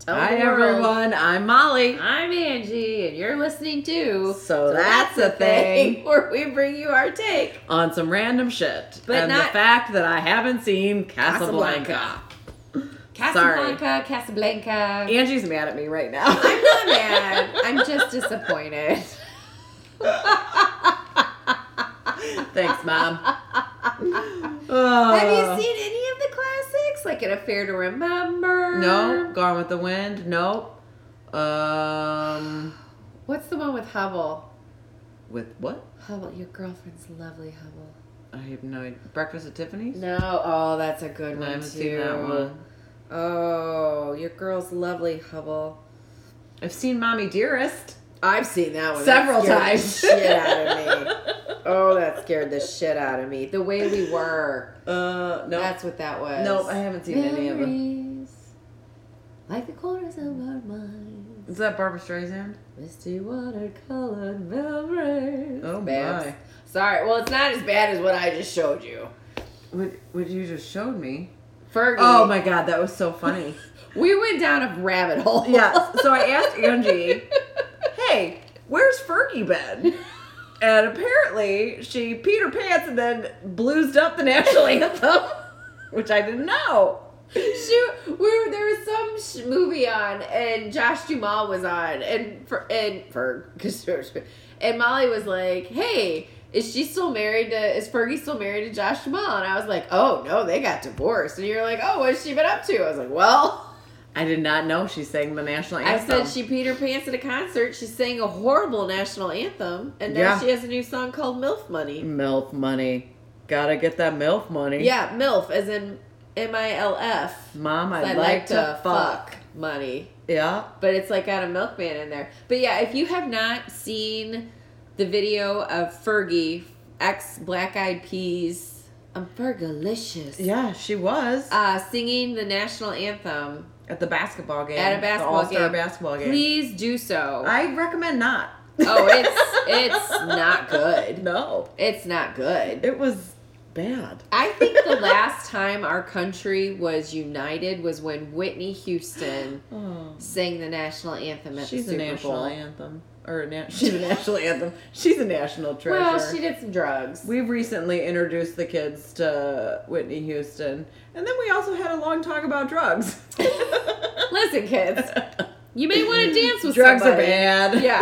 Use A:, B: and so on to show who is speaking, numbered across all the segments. A: Tell
B: Hi
A: the world.
B: everyone, I'm Molly.
A: I'm Angie, and you're listening to.
B: So that's a thing.
A: where we bring you our take.
B: On some random shit.
A: But
B: and the
A: not-
B: fact that I haven't seen Casablanca.
A: Casablanca.
B: Sorry.
A: Casablanca, Casablanca.
B: Angie's mad at me right now.
A: I'm not mad. I'm just disappointed.
B: Thanks, Mom. Uh,
A: Have you seen any of the classics, like an Affair to Remember?
B: No, Gone with the Wind. Nope. Um,
A: What's the one with Hubble?
B: with what?
A: Hubble, your girlfriend's lovely Hubble.
B: I have no idea. Breakfast at Tiffany's.
A: No, oh, that's a good
B: I
A: one
B: haven't
A: too.
B: seen that one.
A: Oh, your girl's lovely Hubble.
B: I've seen Mommy Dearest
A: I've seen Oh, that one
B: several
A: That
B: times.
A: scared the Shit out of me. Oh, that scared the shit out of me. The way we were.
B: Uh, no.
A: That's what that was.
B: Nope, I haven't seen any of them.
A: Memories, Like the corners of our minds.
B: Is that Barbara Streisand?
A: Misty watercolored memories.
B: Oh,
A: Babs.
B: my.
A: Sorry. Well, it's not as bad as what I just showed you.
B: What, what you just showed me.
A: Fergie.
B: Oh my god, that was so funny.
A: We went down a rabbit hole.
B: yeah, so I asked Angie, hey, where's Fergie been? And apparently she peed her pants and then bluesed up the national anthem, which I didn't know.
A: Shoot, we were, there was some sh- movie on, and Josh Duhamel was on, and for and for and Molly was like, "Hey, is she still married to? Is Fergie still married to Josh Duhamel?" And I was like, "Oh no, they got divorced." And you're like, "Oh, what's she been up to?" I was like, "Well,
B: I did not know she sang the national
A: I
B: anthem.
A: said she peed her pants at a concert. She sang a horrible national anthem, and now
B: Yeah. Mm-hmm.
A: she has a new song called MILF Money.
B: MILF money. Gotta get that MILF money.
A: Yeah, MILF as in M I L F.
B: Mom, I'd
A: I
B: like, to, fuck.
A: money.
B: Yeah.
A: but it's like got a milkman in there. But yeah, if you have not seen the video of Fergie, ex Black Eyed Peas, I'm Fergalicious.
B: Yeah, she was
A: Uh, singing the national anthem
B: at the basketball game.
A: at a basketball
B: the All-Star
A: game.
B: basketball game.
A: Please do so.
B: I recommend not.
A: oh, it's it's not good.
B: No.
A: It's not good.
B: It was bad.
A: I think the last time our country was united was when Whitney Houston
B: Oh.
A: sang the national anthem at
B: She's
A: the
B: a
A: Super
B: national
A: Bowl.
B: anthem. Or a na- she's a national anthem. She's a national treasure.
A: Well, she did some drugs.
B: We've recently introduced the kids to Whitney Houston. And then we also had a long talk about drugs.
A: Listen, kids, you may want to dance with
B: drugs
A: somebody.
B: are bad.
A: Yeah.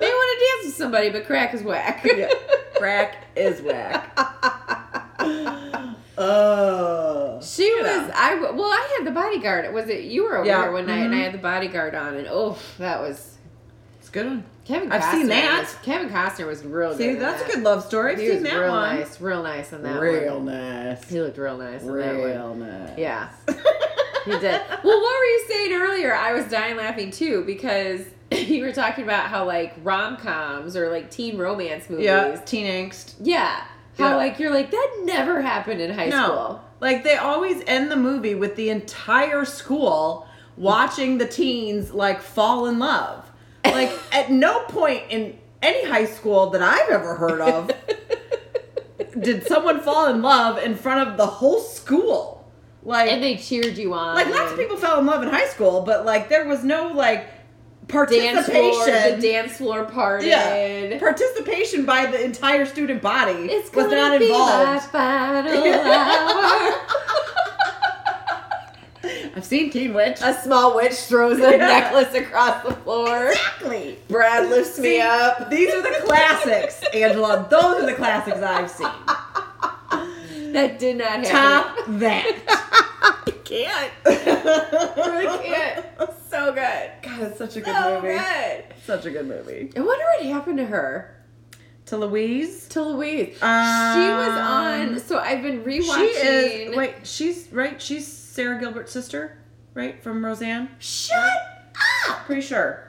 A: May want to dance with somebody, but crack is whack.
B: Yeah. Crack is whack. Oh.
A: She was. I w- well, I had the bodyguard. Was it you were over
B: Yeah. Mm-hmm.
A: there one night, and I had the bodyguard on, and oh, that was
B: It's a good one.
A: Kevin. Costner
B: I've seen that.
A: was- Kevin Costner was real.
B: See,
A: good in
B: that's a
A: that.
B: good love story. I've
A: He
B: seen
A: was
B: that
A: real
B: one.
A: nice, real nice on that
B: Real
A: one.
B: nice.
A: He looked real nice on that one.
B: Real nice.
A: Yeah, he did. Well, what were you saying earlier? I was dying laughing too because you were talking about how like rom coms or like teen romance movies.
B: yeah, teen angst.
A: Yeah. How
B: Yeah.
A: like you're like that never happened in high
B: No.
A: school.
B: Like they always end the movie with the entire school watching the teens like fall in love. Like at no point in any high school that I've ever heard of did someone fall in love in front of the whole school. Like
A: and they cheered you on.
B: like lots of people fell in love in high school, but like there was no like
A: dance floor, the
B: participation.
A: dance floor party.
B: Yeah, participation by the entire student body
A: It's
B: was
A: gonna
B: not
A: be
B: involved.
A: my final hour.
B: I've seen Teen Witch.
A: A small witch throws a
B: Yeah.
A: necklace across the floor.
B: Exactly.
A: Brad lifts
B: See,
A: me up.
B: These are the classics, Angela. Those are the classics I've seen.
A: That did not happen.
B: Top that.
A: I can't. I
B: God,
A: can't. So good.
B: it's such a good
A: So
B: movie.
A: good.
B: Such a good movie.
A: I wonder what happened to her.
B: To Louise.
A: To Louise.
B: Um,
A: she was on. So I've been
B: She
A: rewatching.
B: is. Wait, she's right. She's Sarah Gilbert's sister, right? From Roseanne.
A: Shut up!
B: Pretty sure.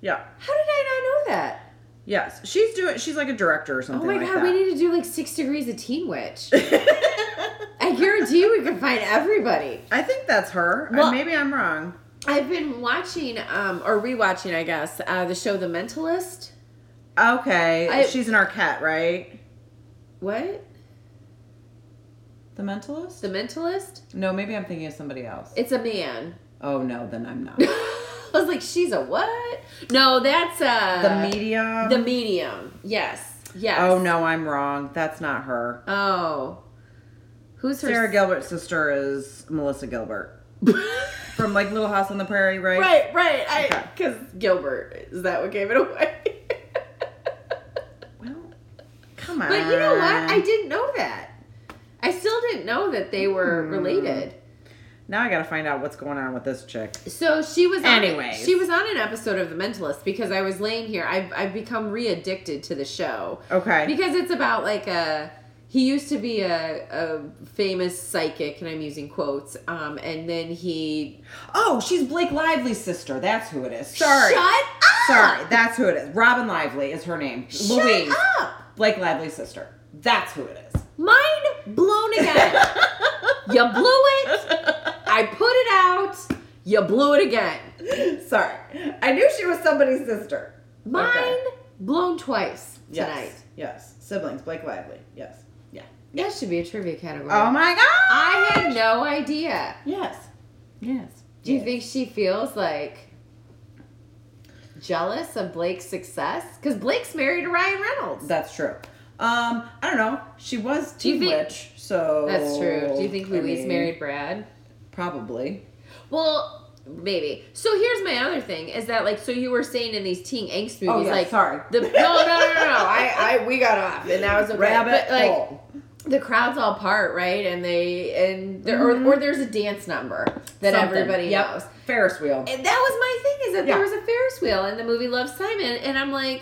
B: Yeah.
A: How did I not know that?
B: Yes. She's doing. She's like a director or
A: Oh
B: something.
A: my
B: like
A: god,
B: that.
A: we need to do like six degrees of Teen Witch. I guarantee you we can find everybody.
B: I think that's her.
A: Well-
B: I, maybe I'm wrong.
A: I've been watching, um, or rewatching, I guess, uh, the show The Mentalist.
B: Okay.
A: I-
B: she's an Arquette, right?
A: What?
B: The Mentalist.
A: The Mentalist?
B: No, maybe I'm thinking of somebody else.
A: It's a man.
B: Oh no, then I'm not.
A: I was like, she's a what? No, that's uh
B: the media.
A: The medium. Yes. Yes.
B: oh no, I'm wrong. That's not her.
A: Oh. Who's her
B: Sarah Gilbert's sister is Melissa Gilbert from like Little House on the Prairie, right?
A: Right, right.
B: Okay.
A: I because Gilbert is that what gave it away.
B: Well, come on.
A: but you know what?
B: Uh.
A: I didn't know that. I still didn't know that they were
B: Hmm.
A: related.
B: now I gotta find out what's going on with this chick.
A: So she was on-
B: Anyways.
A: she was on an episode of The Mentalist because I was laying here. I've I've become re-addicted to the show
B: Okay.
A: because it's about like a he used to be a, a famous psychic, and I'm using quotes. Um, and then he
B: oh, she's Blake Lively's sister. That's who it is. Sorry.
A: shut up.
B: Sorry, that's who it is. Robin Lively is her name.
A: Shut
B: Louise.
A: up.
B: Blake Lively's sister. That's who it is.
A: Mind blown again. you blew it. I put it out. You blew it again.
B: Sorry. I knew she was somebody's sister.
A: Mind
B: Okay.
A: blown twice
B: Yes.
A: tonight.
B: Yes. Siblings. Blake Lively. Yes. Yeah.
A: That should be a trivia category.
B: Oh my god.
A: I had no idea.
B: Yes. Yes.
A: Do you think she feels like jealous of Blake's success? Because Blake's married to Ryan Reynolds.
B: that's true? Um, I don't know. She was
A: Do you
B: Teen
A: think-
B: Witch, so
A: That's true. Do you think
B: I
A: Louise
B: mean,
A: married Brad?
B: Probably.
A: Well, maybe. So here's my other thing is that like so you were saying in these teen angst movies
B: Oh, yeah,
A: like
B: sorry.
A: the no no no no no I I we got off and that was okay.
B: Rabbit
A: but like
B: hole.
A: the crowd's all part right and they and there or, or there's a dance number that
B: Mm-hmm. Something.
A: everybody
B: Yep.
A: knows.
B: Ferris wheel.
A: And that was my thing is that
B: Yeah.
A: there was a Ferris wheel in the movie Love Simon and I'm like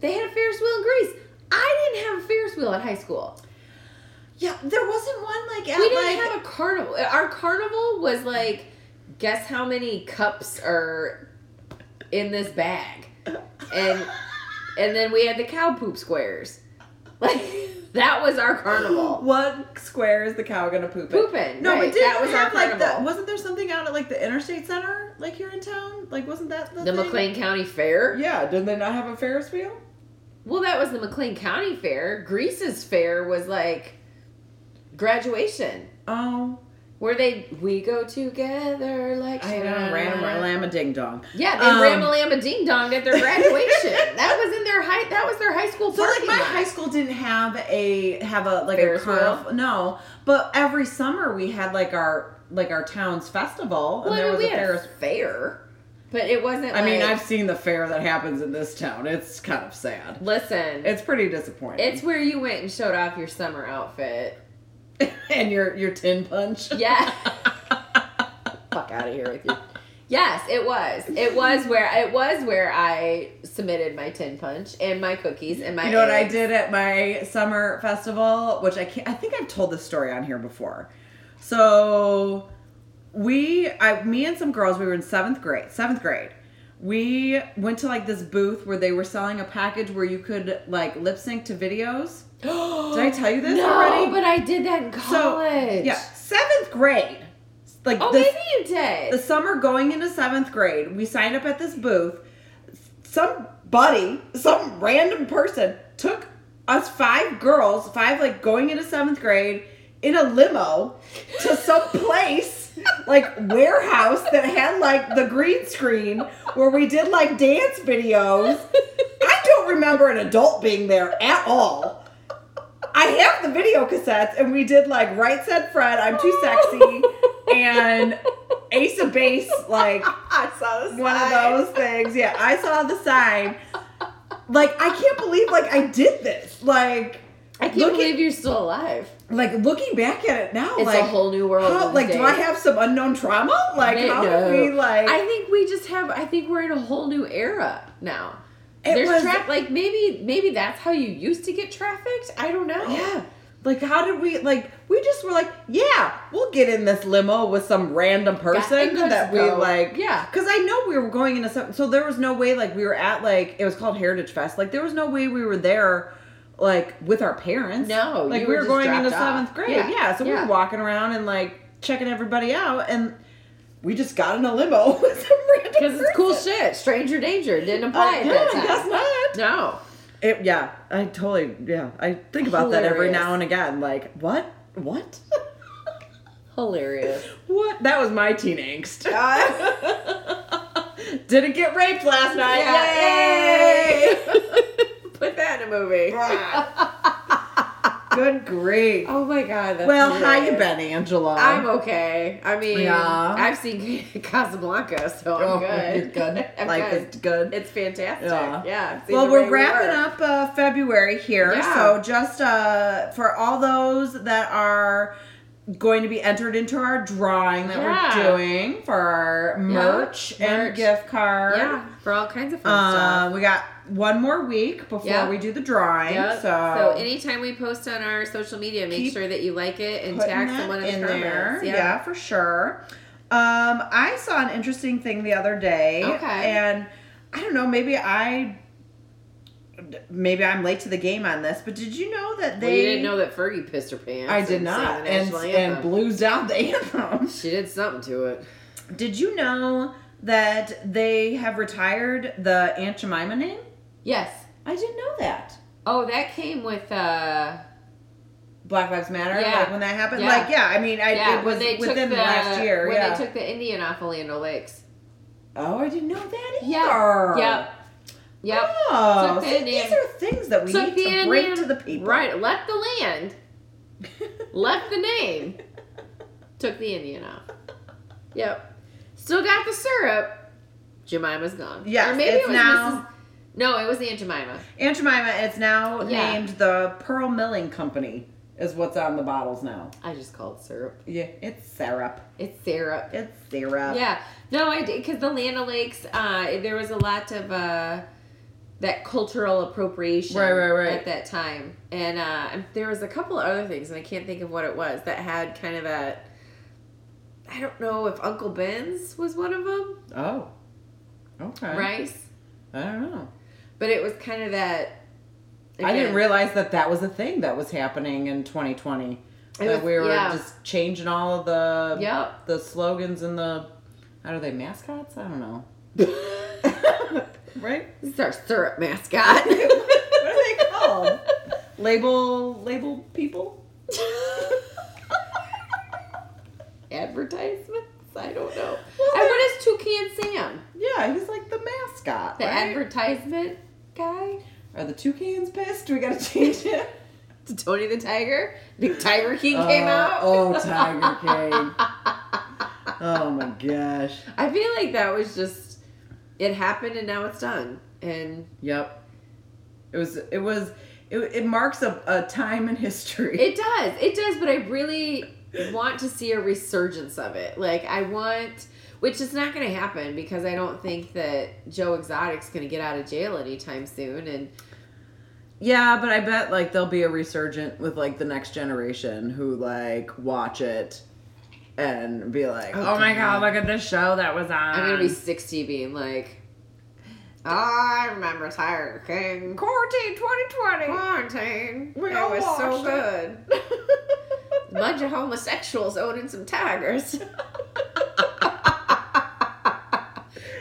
A: they had a Ferris wheel in Greece. I didn't have a Ferris wheel at high school.
B: yeah, there wasn't one like at
A: we didn't have a carnival. Our carnival was like, guess how many cups are in this bag, and and then we had the cow poop squares. Like that was our carnival.
B: What square is the cow gonna poop in?
A: Poop in,
B: No,
A: right.
B: but didn't
A: That was
B: we
A: our
B: have like the,
A: carnival.
B: wasn't there something out at like the interstate center, like here in town? Like wasn't that the,
A: The
B: thing?
A: McLean County Fair.
B: Yeah, did they not have a Ferris wheel?
A: Well, that was the McLean County Fair. Greece's fair was like graduation,
B: Oh,
A: where they we go together like
B: I know, ram or lamb a ding dong.
A: Yeah, they
B: Um,
A: ram a lamb a ding dong at their graduation. that was in their high. That was their high school.
B: So like
A: parking
B: my
A: lot.
B: high school didn't have a have a like
A: Ferris
B: a
A: wheel?
B: carnival. No, but every summer we had like our like our town's festival, and
A: Well, I
B: there
A: mean,
B: was
A: we
B: a
A: had
B: Ferris.
A: a fair, but it wasn't.
B: I mean,
A: like-
B: I've seen the fair that happens in this town. It's kind of sad.
A: listen. It's,
B: It's pretty disappointing.
A: where you went and showed off your summer outfit.
B: and your your tin punch.
A: Yeah. Fuck out of here with you. Yes, it was. It was where it was where I submitted my tin punch and my cookies and my.
B: You know what I
A: eggs.
B: did at my summer festival, which I can't, I think I've told this story on here before. So we, I, me and some girls, we were in seventh grade. Seventh grade, we went to like this booth where they were selling a package where you could like lip sync to videos. Did I tell you this
A: no,
B: already?
A: but I did that in
B: so
A: college.
B: yeah, seventh grade, like
A: Oh,
B: this,
A: maybe you did.
B: the summer going into seventh grade, we signed up at this booth. Somebody, some random person, took us five girls, five like going into seventh grade, in a limo to some place like warehouse that had like the green screen where we did like dance videos. I don't remember an adult being there at all. I have the video cassettes, and we did like Right Said Fred, I'm Too Sexy, and Ace of Base, like
A: I saw this
B: one of those things. Yeah, I saw the sign. Like I can't believe like I did this. Like
A: I can't
B: Look at-
A: believe you're still alive.
B: like looking back at it now,
A: It's
B: like
A: a whole new world.
B: how-
A: these
B: like do I
A: days.
B: have some unknown trauma? Like
A: They-
B: how
A: no.
B: did we like?
A: I think we just have. I think we're in a whole new era now.
B: It
A: There's
B: was-
A: traffic. Like maybe, maybe that's how you used to get trafficked. I don't know.
B: Yeah. Like, how did we, like, we just were like, yeah, we'll get in this limo with some random person
A: and just
B: that we,
A: go.
B: like,
A: Yeah.
B: Because I know we were going into something, so there was no way, like, we were at, like, it was called Heritage Fest. Like, there was no way we were there, like, with our parents.
A: No,
B: Like,
A: you
B: we
A: were
B: were
A: just
B: going
A: dropped
B: into
A: off.
B: seventh grade. Yeah.
A: Yeah.
B: so we
A: Yeah.
B: were walking around and, like, checking everybody out, and we just got in a limo with some random
A: because it's cool
B: person.
A: shit. Stranger danger didn't
B: Uh,
A: apply at
B: yeah,
A: that
B: I
A: time.
B: guess not.
A: No.
B: It, yeah, I totally yeah. I think about that every
A: Hilarious.
B: now and again. Like, what? What?
A: Hilarious.
B: What? That was my teen angst.
A: Uh,
B: Didn't get raped last night.
A: Put that in a movie.
B: Yay! Good grief.
A: Oh my god. That's
B: well, how
A: hilarious.
B: you been, Angela?
A: I'm okay. I mean,
B: Yeah.
A: I've seen Casablanca, so I'm
B: Oh,
A: good.
B: You're good.
A: I'm
B: Life
A: good.
B: is good.
A: It's fantastic.
B: Yeah.
A: Yeah. I've seen
B: well,
A: the way
B: we're
A: we
B: wrapping up
A: work.
B: uh, February here.
A: Yeah.
B: So, just uh, for all those that are going to be entered into our drawing that
A: Yeah.
B: we're doing for our merch and
A: Merch.
B: gift card.
A: Yeah, for all kinds of fun
B: Uh,
A: stuff.
B: we got one more week before
A: Yeah.
B: we do the drawing. So,
A: Yep. so anytime we post on our social media, make
B: Keep
A: sure that you like it and
B: putting
A: tag
B: that
A: someone in the comments.
B: Yeah. for sure. Um, I saw an interesting thing the other day.
A: Okay.
B: And I don't know, maybe I maybe I'm late to the game on this, but did you know that
A: Well,
B: they
A: you didn't know that Fergie pissed her pants.
B: I
A: and
B: did
A: sang
B: not
A: the
B: and,
A: national
B: and
A: anthem.
B: blues out the anthem.
A: she did something to it.
B: Did you know that they have retired the Aunt Jemima name?
A: Yes.
B: I didn't know that.
A: Oh, that came with. uh
B: Black Lives Matter,
A: Yeah.
B: like when that happened,
A: Yeah.
B: like yeah, I mean, I
A: Yeah,
B: it
A: when
B: was
A: they took
B: within
A: the,
B: last year,
A: when
B: yeah.
A: they took the Indian off Orlando Lakes.
B: oh, I didn't know that either.
A: Yeah. Yep. Yep.
B: Oh,
A: Took the
B: see,
A: Indian-
B: these are things that we
A: Took
B: need
A: the
B: to break
A: Indian-
B: to the people.
A: Right, left the land, left the name, took the Indian off. Yep. Still got the syrup. Jemima's gone.
B: Yes, it's now-
A: Mrs. No, it was Aunt Jemima.
B: Aunt Jemima is now
A: Yeah.
B: named the Pearl Milling Company, is what's on the bottles now.
A: I just call it syrup.
B: Yeah, it's syrup.
A: It's syrup.
B: It's syrup.
A: Yeah. No, I did because the Land O'Lakes, uh, there was a lot of uh, that cultural appropriation
B: Right, right, right.
A: at that time, and uh, and there was a couple of other things, and I can't think of what it was that had kind of that. I don't know if Uncle Ben's was one of them,
B: Oh. Okay.
A: rice,
B: I don't know.
A: but it was kind of that.
B: I didn't
A: again,
B: realize that that was a thing that was happening in 2020.
A: It
B: that
A: was-
B: we were
A: yeah.
B: just changing all of the
A: Yep.
B: the slogans and the how are they mascots? I don't know. right?
A: This is our syrup mascot.
B: what are they called? label label people.
A: Advertisements? I don't
B: Well,
A: know. and what is Toucan Sam?
B: Yeah, he's like the mascot.
A: The
B: right?
A: advertisement guy?
B: Are the toucans pissed? We gotta change it.
A: To Tony the Tiger? The Tiger King came
B: Uh,
A: out?
B: Oh, Tiger King. oh my gosh.
A: I feel like that was just, it happened and now it's done. And
B: Yep. It was. It was. It, it marks a, a time in history.
A: it does, it does, but I really want to see a resurgence of it. Like, I want, which is not going to happen because I don't think that Joe Exotic's going to get out of jail anytime soon. And
B: yeah, but I bet like there'll be a resurgent with like the next generation who like watch it and be like, "Oh, my god, look at this show that was on."
A: I'm going
B: Um,
A: to be 60 being like, I remember Tiger King.
B: quarantine 2020.
A: Quarantine.
B: We
A: it
B: all
A: was so
B: watched
A: good. bunch of homosexuals owning some tigers.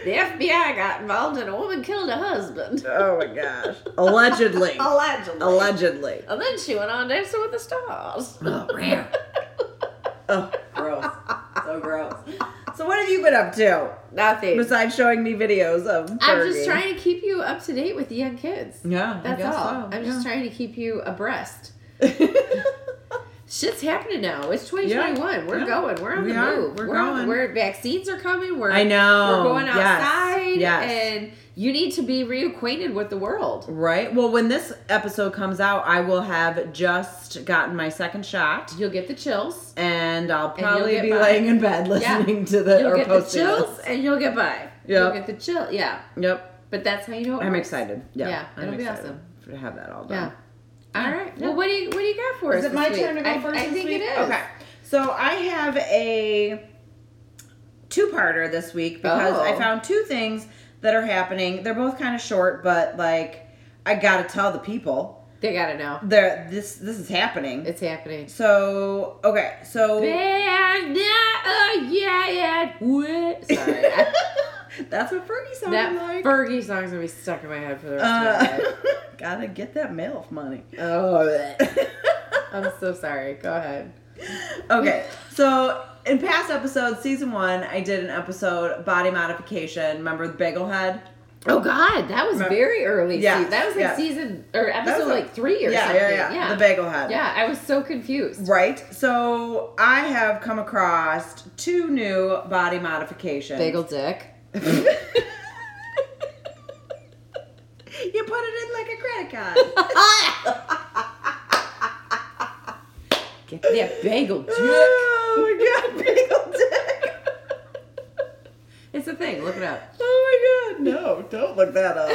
A: the FBI got involved and a woman killed her husband.
B: oh my gosh. Allegedly.
A: Allegedly.
B: Allegedly.
A: And then she went on Dancing with the Stars.
B: Oh, man. Oh, gross. So gross. So what have you been up to
A: Nothing.
B: besides showing me videos of?
A: I'm
B: Fergie?
A: just trying to keep you up to date with the young kids.
B: Yeah, I
A: That's
B: guess
A: all.
B: so,
A: I'm
B: yeah.
A: just trying to keep you abreast.
B: yeah,
A: Shit's happening now. It's 2021. We're
B: Yeah.
A: going. We're on
B: We
A: the
B: are.
A: move.
B: We're
A: on-
B: going.
A: We're, vaccines are coming. We're
B: I know.
A: We're going
B: Yes.
A: outside.
B: Yes.
A: And you need to be reacquainted with the world.
B: right. Well, when this episode comes out, I will have just gotten my second shot,
A: You'll get the chills.
B: and I'll
A: you'll
B: probably
A: get
B: be
A: by.
B: laying in bed listening to the
A: You'll
B: or
A: get the
B: posting. this.
A: chills and you'll get by.
B: Yeah.
A: You'll get the chill. Yeah.
B: Yep,
A: But that's how you know it
B: I'm
A: works.
B: excited. Yeah,
A: Yeah,
B: I'm
A: it'll be
B: excited
A: awesome.
B: to have that all
A: Yeah.
B: done.
A: All right. Well, what do you what do you got for us?
B: Is it
A: this
B: my
A: week?
B: turn to go
A: I,
B: first?
A: I
B: this
A: think
B: week?
A: it is.
B: Okay. So I have a two-parter this week because
A: Oh.
B: I found two things that are happening. They're both kind of short, but like I gotta tell the people
A: They gotta know
B: there this this is happening.
A: it's happening.
B: So okay, so
A: Bad night, yeah, yeah. What? Sorry. I-
B: that's what Fergie sounded
A: That
B: like.
A: Fergie song's gonna be stuck in my head for the rest of my
B: uh,
A: life.
B: gotta get that MILF money.
A: Uh, Oh, I'm so sorry. Go ahead.
B: okay, so in past episodes, season one, I did an episode body modification. Remember the bagel head?
A: Oh God, that was
B: Remember-
A: very early.
B: Yeah,
A: season. that was like
B: yeah.
A: season or episode
B: was a-
A: like three or
B: yeah,
A: something.
B: yeah, yeah, The bagel head.
A: Yeah, I was so confused.
B: Right. So I have come across two new body modifications.
A: Bagel dick.
B: You put it in like a credit card.
A: Get that bagel dick.
B: oh my god, bagel dick.
A: It's a thing. Look it up.
B: Oh my god, no, don't look that up.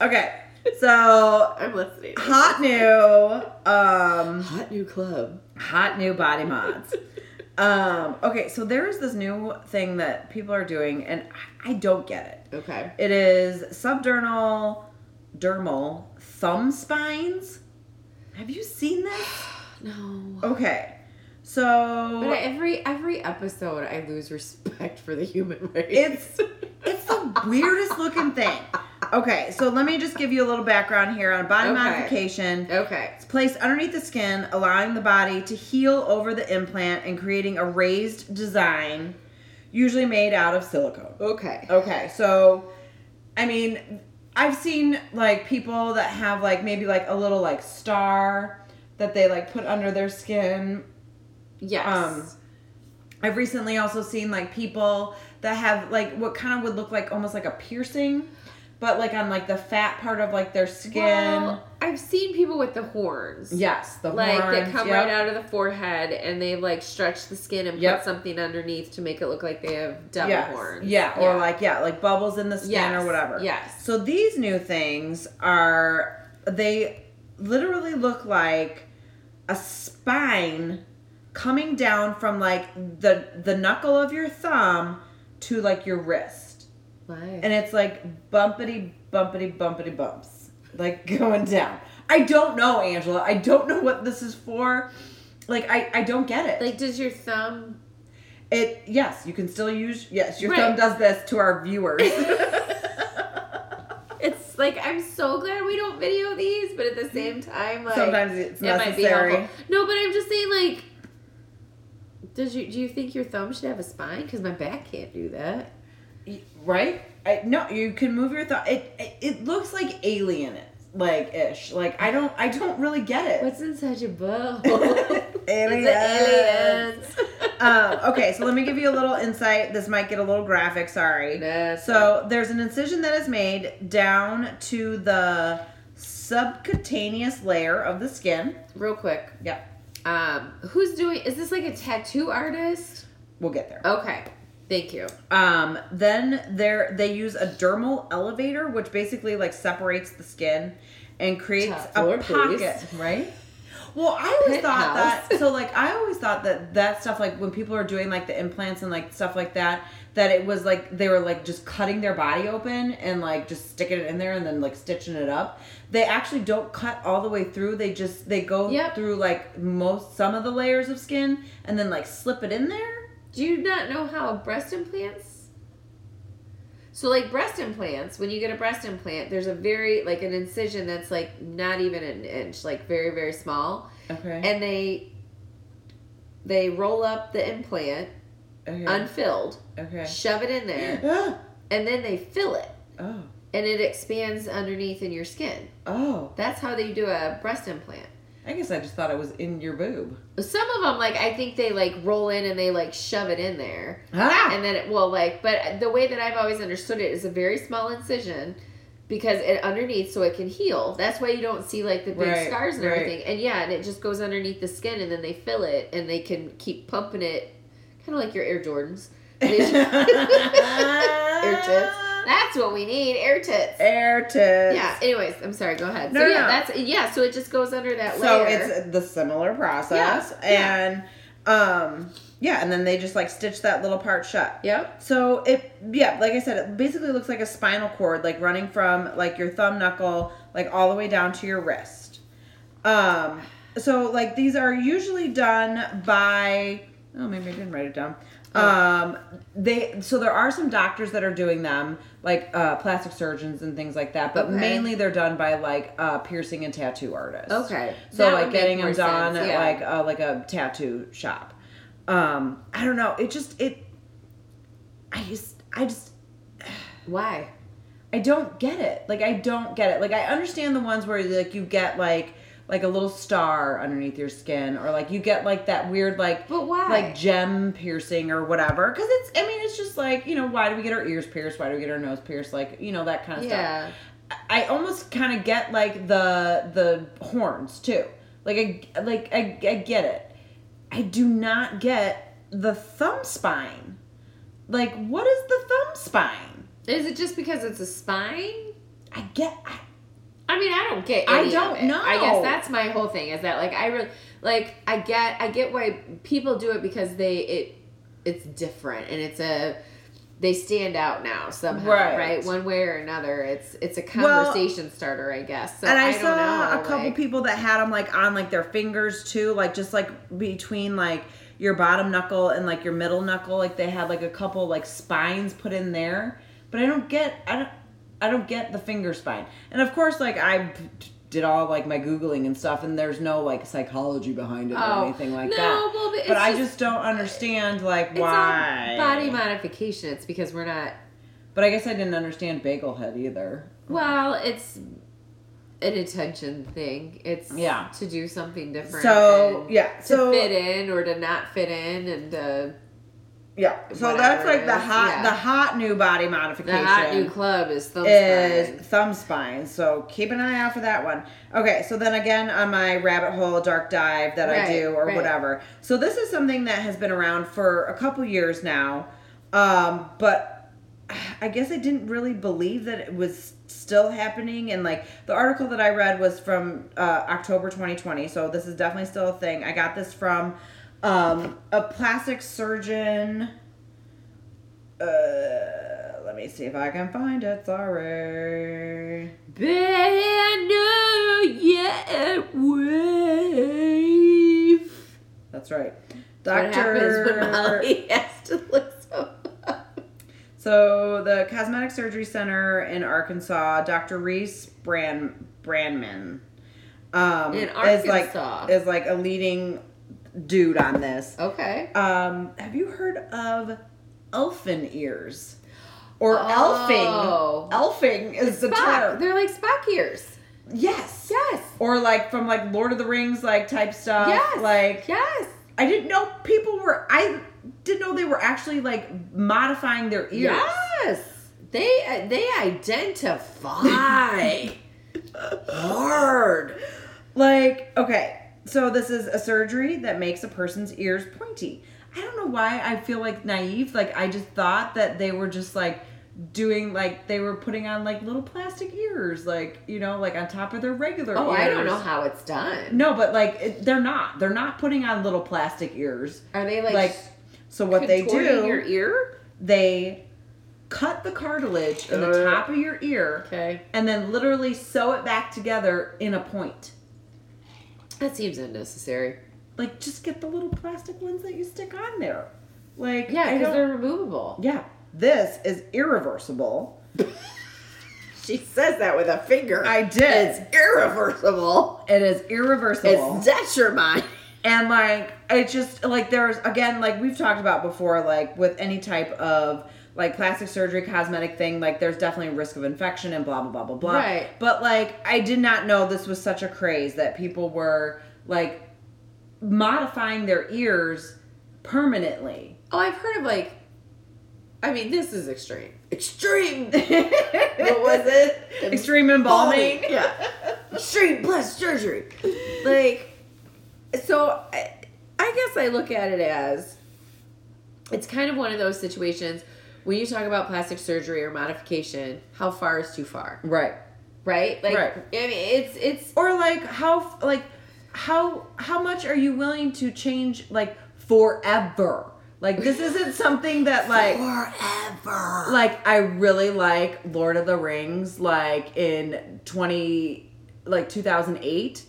B: Okay. So
A: I'm listening.
B: hot new um
A: Hot new club.
B: hot new body mods. Um okay, so there is this new thing that people are doing and I- I don't get it.
A: Okay.
B: It is subdermal dermal thumb spines. Have you seen this?
A: No.
B: Okay. So
A: But every every episode, I lose respect for the human race.
B: It's- it's the weirdest looking thing. Okay, so let me just give you a little background here on body
A: Okay.
B: modification.
A: okay.
B: It's placed underneath the skin, allowing the body to heal over the implant and creating a raised design, usually made out of silicone.
A: Okay.
B: Okay, so I mean, I've seen like people that have like maybe like a little like star that they like put under their skin.
A: Yes.
B: Um, I've recently also seen like people that have like what kind of would look like almost like a piercing, but like on like the fat part of like their skin.
A: Well, I've seen people with the horns.
B: yes, the
A: Like that
B: horns,
A: come
B: yep.
A: right out of the forehead, and they like stretch the skin and
B: Yep.
A: put something underneath to make it look like they have devil
B: Yes.
A: horns.
B: Yeah, or like yeah, like bubbles in the skin
A: Yes,
B: or whatever.
A: yes.
B: So these new things are they literally look like a spine coming down from like the the knuckle of your thumb to like your wrist.
A: Why?
B: And it's like bumpity bumpity bumpity bumps. Like going down. I don't know, Angela. I don't know what this is for. Like I, I don't get it.
A: like, does your thumb?
B: It yes, you can still use yes. Your
A: Right.
B: thumb does this to our viewers.
A: It's like I'm so glad we don't video these, but at the same time, like
B: Sometimes it's
A: it might be
B: necessary.
A: helpful. No, but I'm just saying, like, does you do you think your thumb should have a spine? Because my back can't do that.
B: right? I, no, you can move your thumb. It, it it looks like alien, like ish. Like I don't I don't really get it.
A: What's inside your bow?
B: Aliens.
A: It's the
B: um, okay, so let me give you a little insight. This might get a little graphic. Sorry.
A: No, it's
B: So there's an incision that is made down to the subcutaneous layer of the skin.
A: Real quick,
B: Yeah,
A: um, who's doing? Is this like a tattoo artist?
B: we'll get there.
A: Okay, thank you.
B: Um, then there they use a dermal elevator, which basically like separates the skin and creates
A: Top
B: a
A: floor,
B: pocket,
A: please.
B: right? Well, I always thought that.
A: Penthouse.
B: So, like, I always thought that that stuff, like when people are doing like the implants and like stuff like that, that it was like they were like just cutting their body open and like just sticking it in there and then like stitching it up. They actually don't cut all the way through. They just they go
A: Yep.
B: through like most some of the layers of skin and then like slip it in there.
A: Do you not know how breast implants? So, like breast implants, when you get a breast implant, there's a very, like, an incision that's like not even an inch, like very, very small.
B: Okay.
A: And they. They roll up the implant,
B: okay.
A: unfilled,
B: okay.
A: shove it in there,
B: Ah!
A: and then they fill it,
B: Oh.
A: and it expands underneath in your skin.
B: Oh.
A: That's how they do a breast implant.
B: I guess I just thought it was in your boob.
A: Some of them, like, I think they like roll in and they like shove it in there.
B: Ah!
A: and then it will like but the way that i've always understood it is a very small incision because it underneath so it can heal that's why you don't see like the big
B: Right,
A: scars and
B: right.
A: everything and yeah and it just goes underneath the skin and then they fill it and they can keep pumping it kind of like your air jordans They just- air tits that's what we need air tits
B: Air tits.
A: yeah anyways i'm sorry go ahead
B: No,
A: so
B: no,
A: yeah
B: no.
A: that's yeah so it just goes under that
B: So
A: layer
B: it's the similar process.
A: Yeah, yeah.
B: And um yeah, and then they just like stitch that little part shut.
A: yep
B: So it yeah, like I said, it basically looks like a spinal cord, like running from like your thumb knuckle, like all the way down to your wrist. Um so like these are usually done by oh maybe I didn't write it down.
A: Oh.
B: Um they so there are some doctors that are doing them, like uh plastic surgeons and things like that, but
A: Okay.
B: mainly they're done by like uh piercing and tattoo artists.
A: okay
B: So
A: That would
B: like
A: make
B: getting
A: more
B: them done
A: sense,
B: at
A: yeah.
B: like uh, like a tattoo shop. um i don't know it just it i just i just
A: Why?
B: i don't get it like i don't get it like i understand the ones where like you get like like a little star underneath your skin or like you get like that weird like
A: But why?
B: like gem piercing or whatever because it's i mean it's just like you know why do we get our ears pierced why do we get our nose pierced like you know that kind of stuff
A: yeah.
B: I almost kind of get like the the horns too. Like I like I, I get it. I do not get the thumb spine. Like what is the thumb spine?
A: Is it just because it's a spine?
B: I get I,
A: I mean, I don't get.
B: I
A: Any
B: don't
A: of it. I
B: know.
A: guess that's my whole thing is that like I really like I get I get why people do it because they it it's different and it's a they stand out now somehow right,
B: Right.
A: one way or another it's it's a
B: Well,
A: conversation starter I guess so
B: and I,
A: I, don't
B: saw
A: know,
B: a couple
A: like-
B: people that had them like on like their fingers too, like just like between like your bottom knuckle and like your middle knuckle. Like they had like a couple like spines put in there, but I don't get I don't I don't get the finger spine. And of course, like I p- did all like my googling and stuff, and there's no like psychology behind it
A: Oh,
B: or anything like
A: no,
B: that.
A: well, but
B: but
A: it's
B: I
A: just-
B: just don't understand like
A: it's all
B: why
A: body modification it's because we're not
B: But I guess I didn't understand bagel head either.
A: well it's an intention thing it's
B: Yeah.
A: to do something different
B: So
A: and
B: yeah, so
A: to fit in or to not fit in and uh, to
B: Yeah. So
A: Whatever
B: that's
A: it
B: like the
A: is,
B: hot
A: yeah.
B: the hot new body
A: The
B: modification.
A: hot new club is thumb
B: is
A: spine.
B: thumb spine. So keep an eye out for that one. Okay, so then again on my rabbit hole dark dive that
A: Right,
B: I do or
A: right.
B: whatever. So this is something that has been around for a couple years now. Um, but I guess I didn't really believe that it was still happening and like the article that I read was from uh, October 2020. So this is definitely still a thing. I got this from um, a plastic surgeon uh, let me see if I can find it. Sorry.
A: Brand new yet wave.
B: That's right.
A: What happens when
B: Doctor.
A: Molly has to look so up?
B: So the Cosmetic Surgery Center in Arkansas, Dr. Reese Brand Brandman, um,
A: In
B: is
A: Arkansas.
B: like is like a leading dude on this.
A: Okay.
B: Um, have you heard of elfin ears or elfing?
A: Oh.
B: Elfing is the
A: Spock.
B: term.
A: They're like Spock ears.
B: Yes.
A: Yes.
B: Or like from like Lord of the Rings like type stuff.
A: yes.
B: Like
A: Yes.
B: I didn't know people were. I didn't know they were actually like modifying their ears.
A: Yes. They they identify hard.
B: Like, okay, so this is a surgery that makes a person's ears pointy. I don't know why I feel like naive. Like I just thought that they were just like doing like they were putting on like little plastic ears, like you know, like on top of their regular.
A: Oh,
B: ears.
A: I don't know how it's done.
B: No, but like it, they're not. They're not putting on little plastic ears.
A: Are they
B: Like,
A: like,
B: so what they
A: contorting
B: do?
A: your e- ear?
B: they cut the cartilage in the
A: Uh.
B: top of your ear
A: Okay.
B: and then literally sew it back together in a point.
A: That seems unnecessary.
B: Like just get the little plastic ones that you stick on there. Like
A: Yeah,
B: I
A: because
B: don't-
A: they're removable.
B: yeah. This is irreversible.
A: She says that with a finger.
B: I did.
A: it's irreversible.
B: It is irreversible.
A: It's detriment.
B: and like it just like there's again like we've talked about before like with any type of like plastic surgery cosmetic thing like there's definitely a risk of infection and blah blah blah blah blah
A: Right.
B: but like i did not know this was such a craze that people were like modifying their ears permanently
A: Oh, I've heard of like. I mean, this is extreme. Extreme. what was it?
B: extreme embalming
A: Yeah. Extreme plus surgery. Like, so I, I guess I look at it as it's kind of one of those situations when you talk about plastic surgery or modification. How far is too far?
B: right
A: Right. Like,
B: Right.
A: I mean, it's it's
B: or like how like how how much are you willing to change like forever like this isn't something that like
A: forever.
B: like I really like Lord of the Rings like in 20 like 2008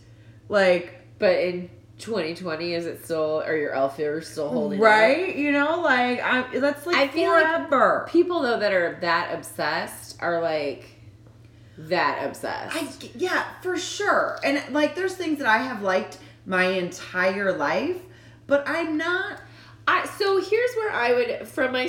B: like
A: But in 2020, is it still, are your elf ears still holding up?
B: right you know like I that's like
A: I feel like
B: forever
A: People, though, that are that obsessed are like that obsessed.
B: I g- yeah for sure and like there's things that I have liked my entire life but I'm not
A: I, so here's where I would, from my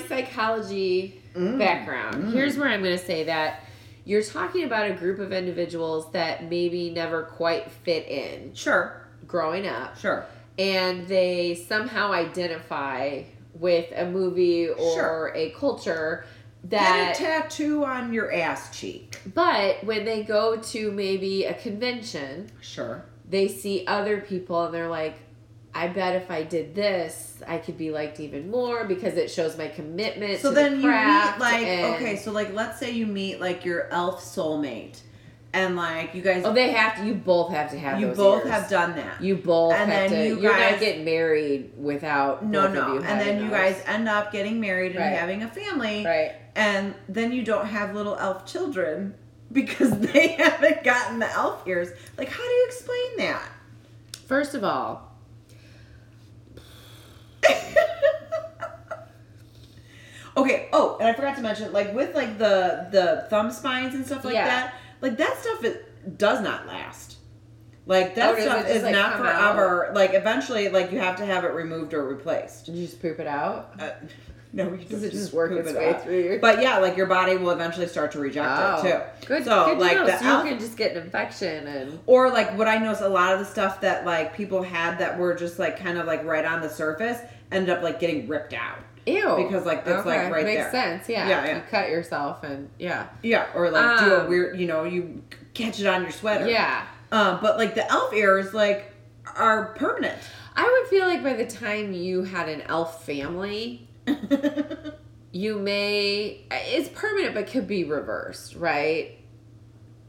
A: psychology
B: Mm.
A: background,
B: Mm.
A: here's where I'm going to say that you're talking about a group of individuals that maybe never quite fit in
B: Sure.
A: growing up,
B: Sure.
A: and they somehow identify with a movie or
B: Sure.
A: a culture
B: Get
A: that.
B: a tattoo on your ass cheek.
A: but when they go to maybe a convention,
B: Sure.
A: they see other people and they're like, I bet if I did this, I could be liked even more because it shows my commitment.
B: So
A: to
B: then
A: the
B: you meet
A: craft
B: like
A: and-
B: okay, so like let's say you meet like your elf soulmate, and like you guys,
A: Oh, they have to. You both have to have.
B: you
A: those
B: both
A: ears.
B: have done that.
A: You both
B: And
A: have
B: then
A: to.
B: you
A: You are
B: guys-
A: not getting married without.
B: no,
A: both of
B: no,
A: you
B: and
A: having
B: then you
A: those.
B: guys end up getting married and
A: Right.
B: having a family,
A: Right.
B: and then you don't have little elf children because they haven't gotten the elf ears. Like, how do you explain that?
A: First of all,
B: okay. Oh, and I forgot to mention, like with like the the thumb spines and stuff like
A: Yeah.
B: that. Like that stuff is, does not last. Like that
A: Oh, does it
B: stuff
A: just,
B: is
A: like,
B: not
A: come
B: forever. Like eventually, like you have to have it removed or replaced.
A: did you just poop it out?
B: Uh, no, you
A: Oh. Does
B: don't
A: it just work
B: poop
A: its
B: it
A: way
B: out.
A: through your?
B: But yeah, like your body will eventually start to reject it
A: Oh,
B: too.
A: good.
B: So
A: good
B: like
A: to know.
B: the
A: so
B: elf
A: you can just get an infection and
B: or like what I noticed a lot of the stuff that like people had that were just like kind of like right on the surface ended up like getting ripped out.
A: ew.
B: Because, like, that's, like, right
A: makes
B: there.
A: sense. Yeah.
B: Yeah, yeah.
A: You cut yourself and yeah.
B: Yeah, or like do a
A: Um,
B: weird, you know, you catch it on your sweater.
A: Yeah.
B: Uh, but like the elf ears like are permanent.
A: I would feel like by the time you had an elf family, you may it's permanent but could be reversed, right?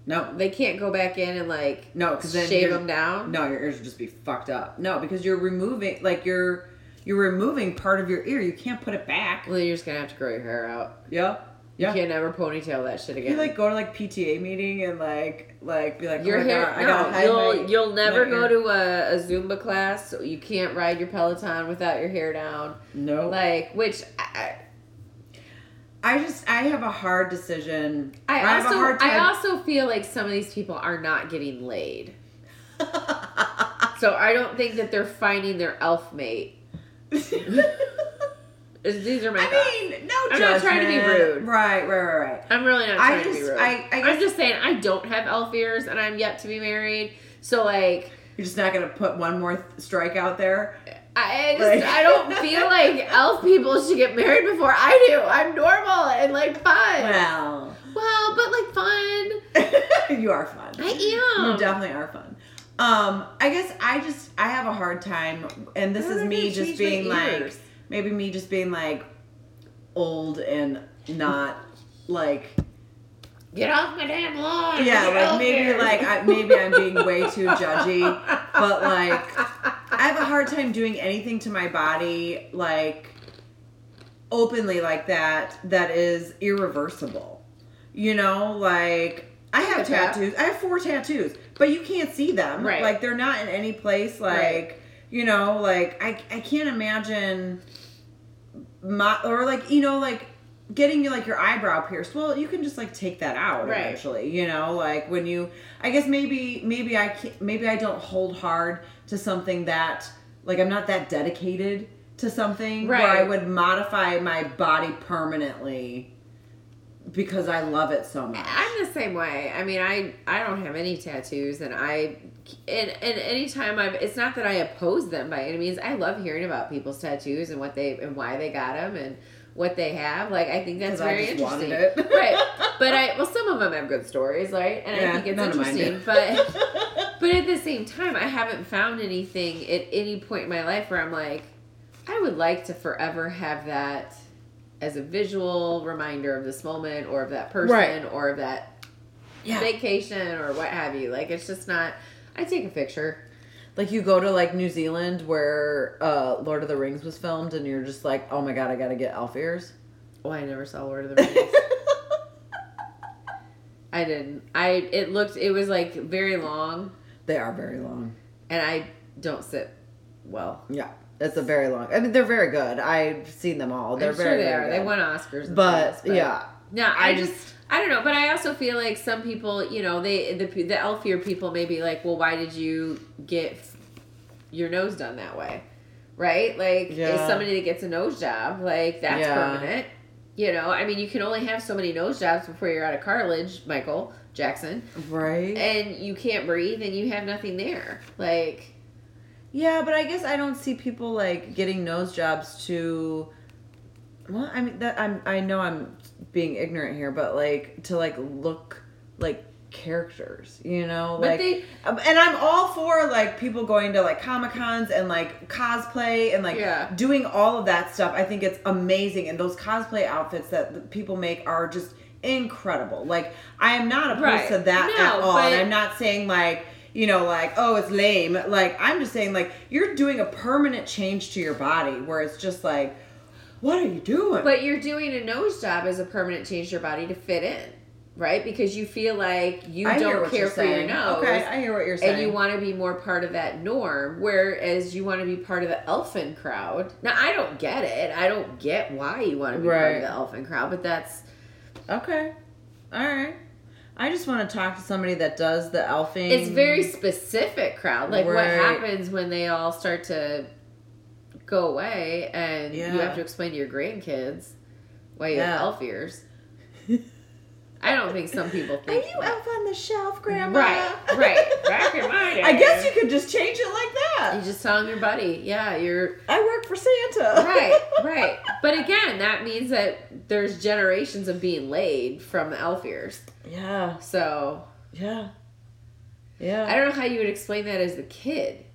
B: no,
A: They can't go back in and like
B: no, because then
A: shave
B: your-
A: them down.
B: No, your ears would just be fucked up. No, because you're removing like you're you're removing part of your ear. You can't put it back.
A: Well, then you're just gonna have to grow your hair out.
B: Yeah, yeah.
A: You can't ever ponytail that shit again.
B: You like go to like PTA meeting and like like be like
A: your
B: oh my
A: hair,
B: God, I gotta
A: no,
B: hide
A: you'll
B: my-
A: you'll never
B: my
A: go
B: ear."
A: to a, a Zumba class. So you can't ride your Peloton without your hair down.
B: no.
A: Like, which I,
B: I just I have a hard decision.
A: I, I
B: have a
A: also
B: hard
A: I
B: time.
A: also feel like some of these people are not getting laid. So I don't think that they're finding their elf mate. Is- These are my thoughts.
B: I mean, no,
A: I'm not trying to be
B: judgment.
A: rude.
B: Right, right, right, right.
A: I'm really not
B: I
A: trying to be
B: just-
A: rude.
B: I- I
A: am
B: guess-
A: just saying I don't have elf ears and I'm yet to be married. So like
B: You're just not gonna put one more th- strike out there.
A: I I just
B: Right.
A: I don't feel like elf people should get married before I do. I'm normal and like fun.
B: Well,
A: Well, but like fun.
B: you are fun.
A: I am.
B: You definitely are fun. Um, I guess I just I have a hard time, and this
A: How did
B: is
A: I
B: me
A: change
B: just
A: my
B: being like
A: ears?
B: maybe me just being like old and not like
A: Get off my damn lawn.
B: yeah
A: Get
B: like
A: elf
B: maybe
A: ears.
B: like I, maybe I'm being way too judgy, but like I have a hard time doing anything to my body like openly like that that is irreversible. You know, like I have
A: get that.
B: tattoos. I have four tattoos, but you can't see them.
A: Right.
B: Like they're not in any place like
A: Right.
B: you know, like I I can't imagine my or like you know like getting you like your eyebrow pierced well you can just like take that out
A: Right.
B: eventually you know like when you i guess maybe maybe i can't, maybe i don't hold hard to something that like i'm not that dedicated to something where i
A: Right.
B: would modify my body permanently because i love it so much
A: I'm the same way. I mean, I I don't have any tattoos, and I and and anytime I've it's not that I oppose them by any means. I love hearing about people's tattoos and what they and why they got them and what they have. Like I think that's
B: 'Cause I
A: very
B: just wanted
A: interesting,
B: it.
A: right? But I well, some of them have good stories, right? And I
B: Yeah,
A: think it's
B: none of mine do.
A: interesting, but. But at the same time, I haven't found anything at any point in my life where I'm like, I would like to forever have that as a visual reminder of this moment or of that person
B: Right.
A: or of that
B: yeah
A: vacation or what have you. Like, it's just not. I take a picture.
B: Like you go to like New Zealand where uh Lord of the Rings was filmed and you're just like, "Oh my god, I got to get elf ears."
A: Oh, I never saw Lord of the Rings. I didn't. I it looked it was like very long,
B: they are very long.
A: and I don't sit well.
B: Yeah. That's a very long. I mean, they're very good. I've seen them all. They're
A: I'm
B: very
A: sure they
B: very
A: are. They
B: good.
A: won Oscars, and
B: But,
A: things,
B: yeah.
A: No, I,
B: I
A: just,
B: just-
A: I don't know, but I also feel like some people, you know, they the the elfier people may be like, well, why did you get your nose done that way? right? Like is
B: Yeah.
A: somebody that gets a nose job, like that's
B: Yeah.
A: permanent. You know, I mean, you can only have so many nose jobs before you're out of cartilage, Michael Jackson,
B: Right?
A: and you can't breathe and you have nothing there. Like,
B: Yeah, but I guess I don't see people like getting nose jobs to. Well, I mean that I'm. I know I'm being ignorant here, but like to like look like characters, you know,
A: But
B: like.
A: they-
B: um, and I'm all for like people going to like comic cons and like cosplay and like
A: Yeah.
B: doing all of that stuff. I think it's amazing, and those cosplay outfits that the people make are just incredible. Like I am not opposed
A: Right.
B: to that at
A: No,
B: all. and
A: but-
B: I'm not saying like you know like oh it's lame like i'm just saying like you're doing a permanent change to your body where it's just like what are you doing
A: but you're doing a nose job as a permanent change to your body to fit in, right? Because you feel like you
B: I hear
A: don't
B: what
A: care
B: you're
A: for
B: saying.
A: your nose.
B: okay i hear what you're saying
A: and you want to be more part of that norm whereas you want to be part of the elfin crowd now i don't get it i don't get why you want to be part
B: Right.
A: of the elfin crowd but that's
B: okay all right i just want to talk to somebody that does the elfing
A: it's very specific crowd like what
B: Right.
A: happens when they all start to go away and you
B: Yeah.
A: have to explain to your grandkids why you
B: Yeah.
A: have elf ears i don't think some people
B: are
A: think
B: you elf on the shelf grandma
A: right right back in my day
B: i guess you could just change it like
A: you
B: that
A: just telling your buddy yeah you're
B: i work for santa
A: right, right. But again, that means that there's generations of being laid from the elf ears.
B: yeah
A: So
B: yeah yeah
A: I don't know how you would explain that as a kid.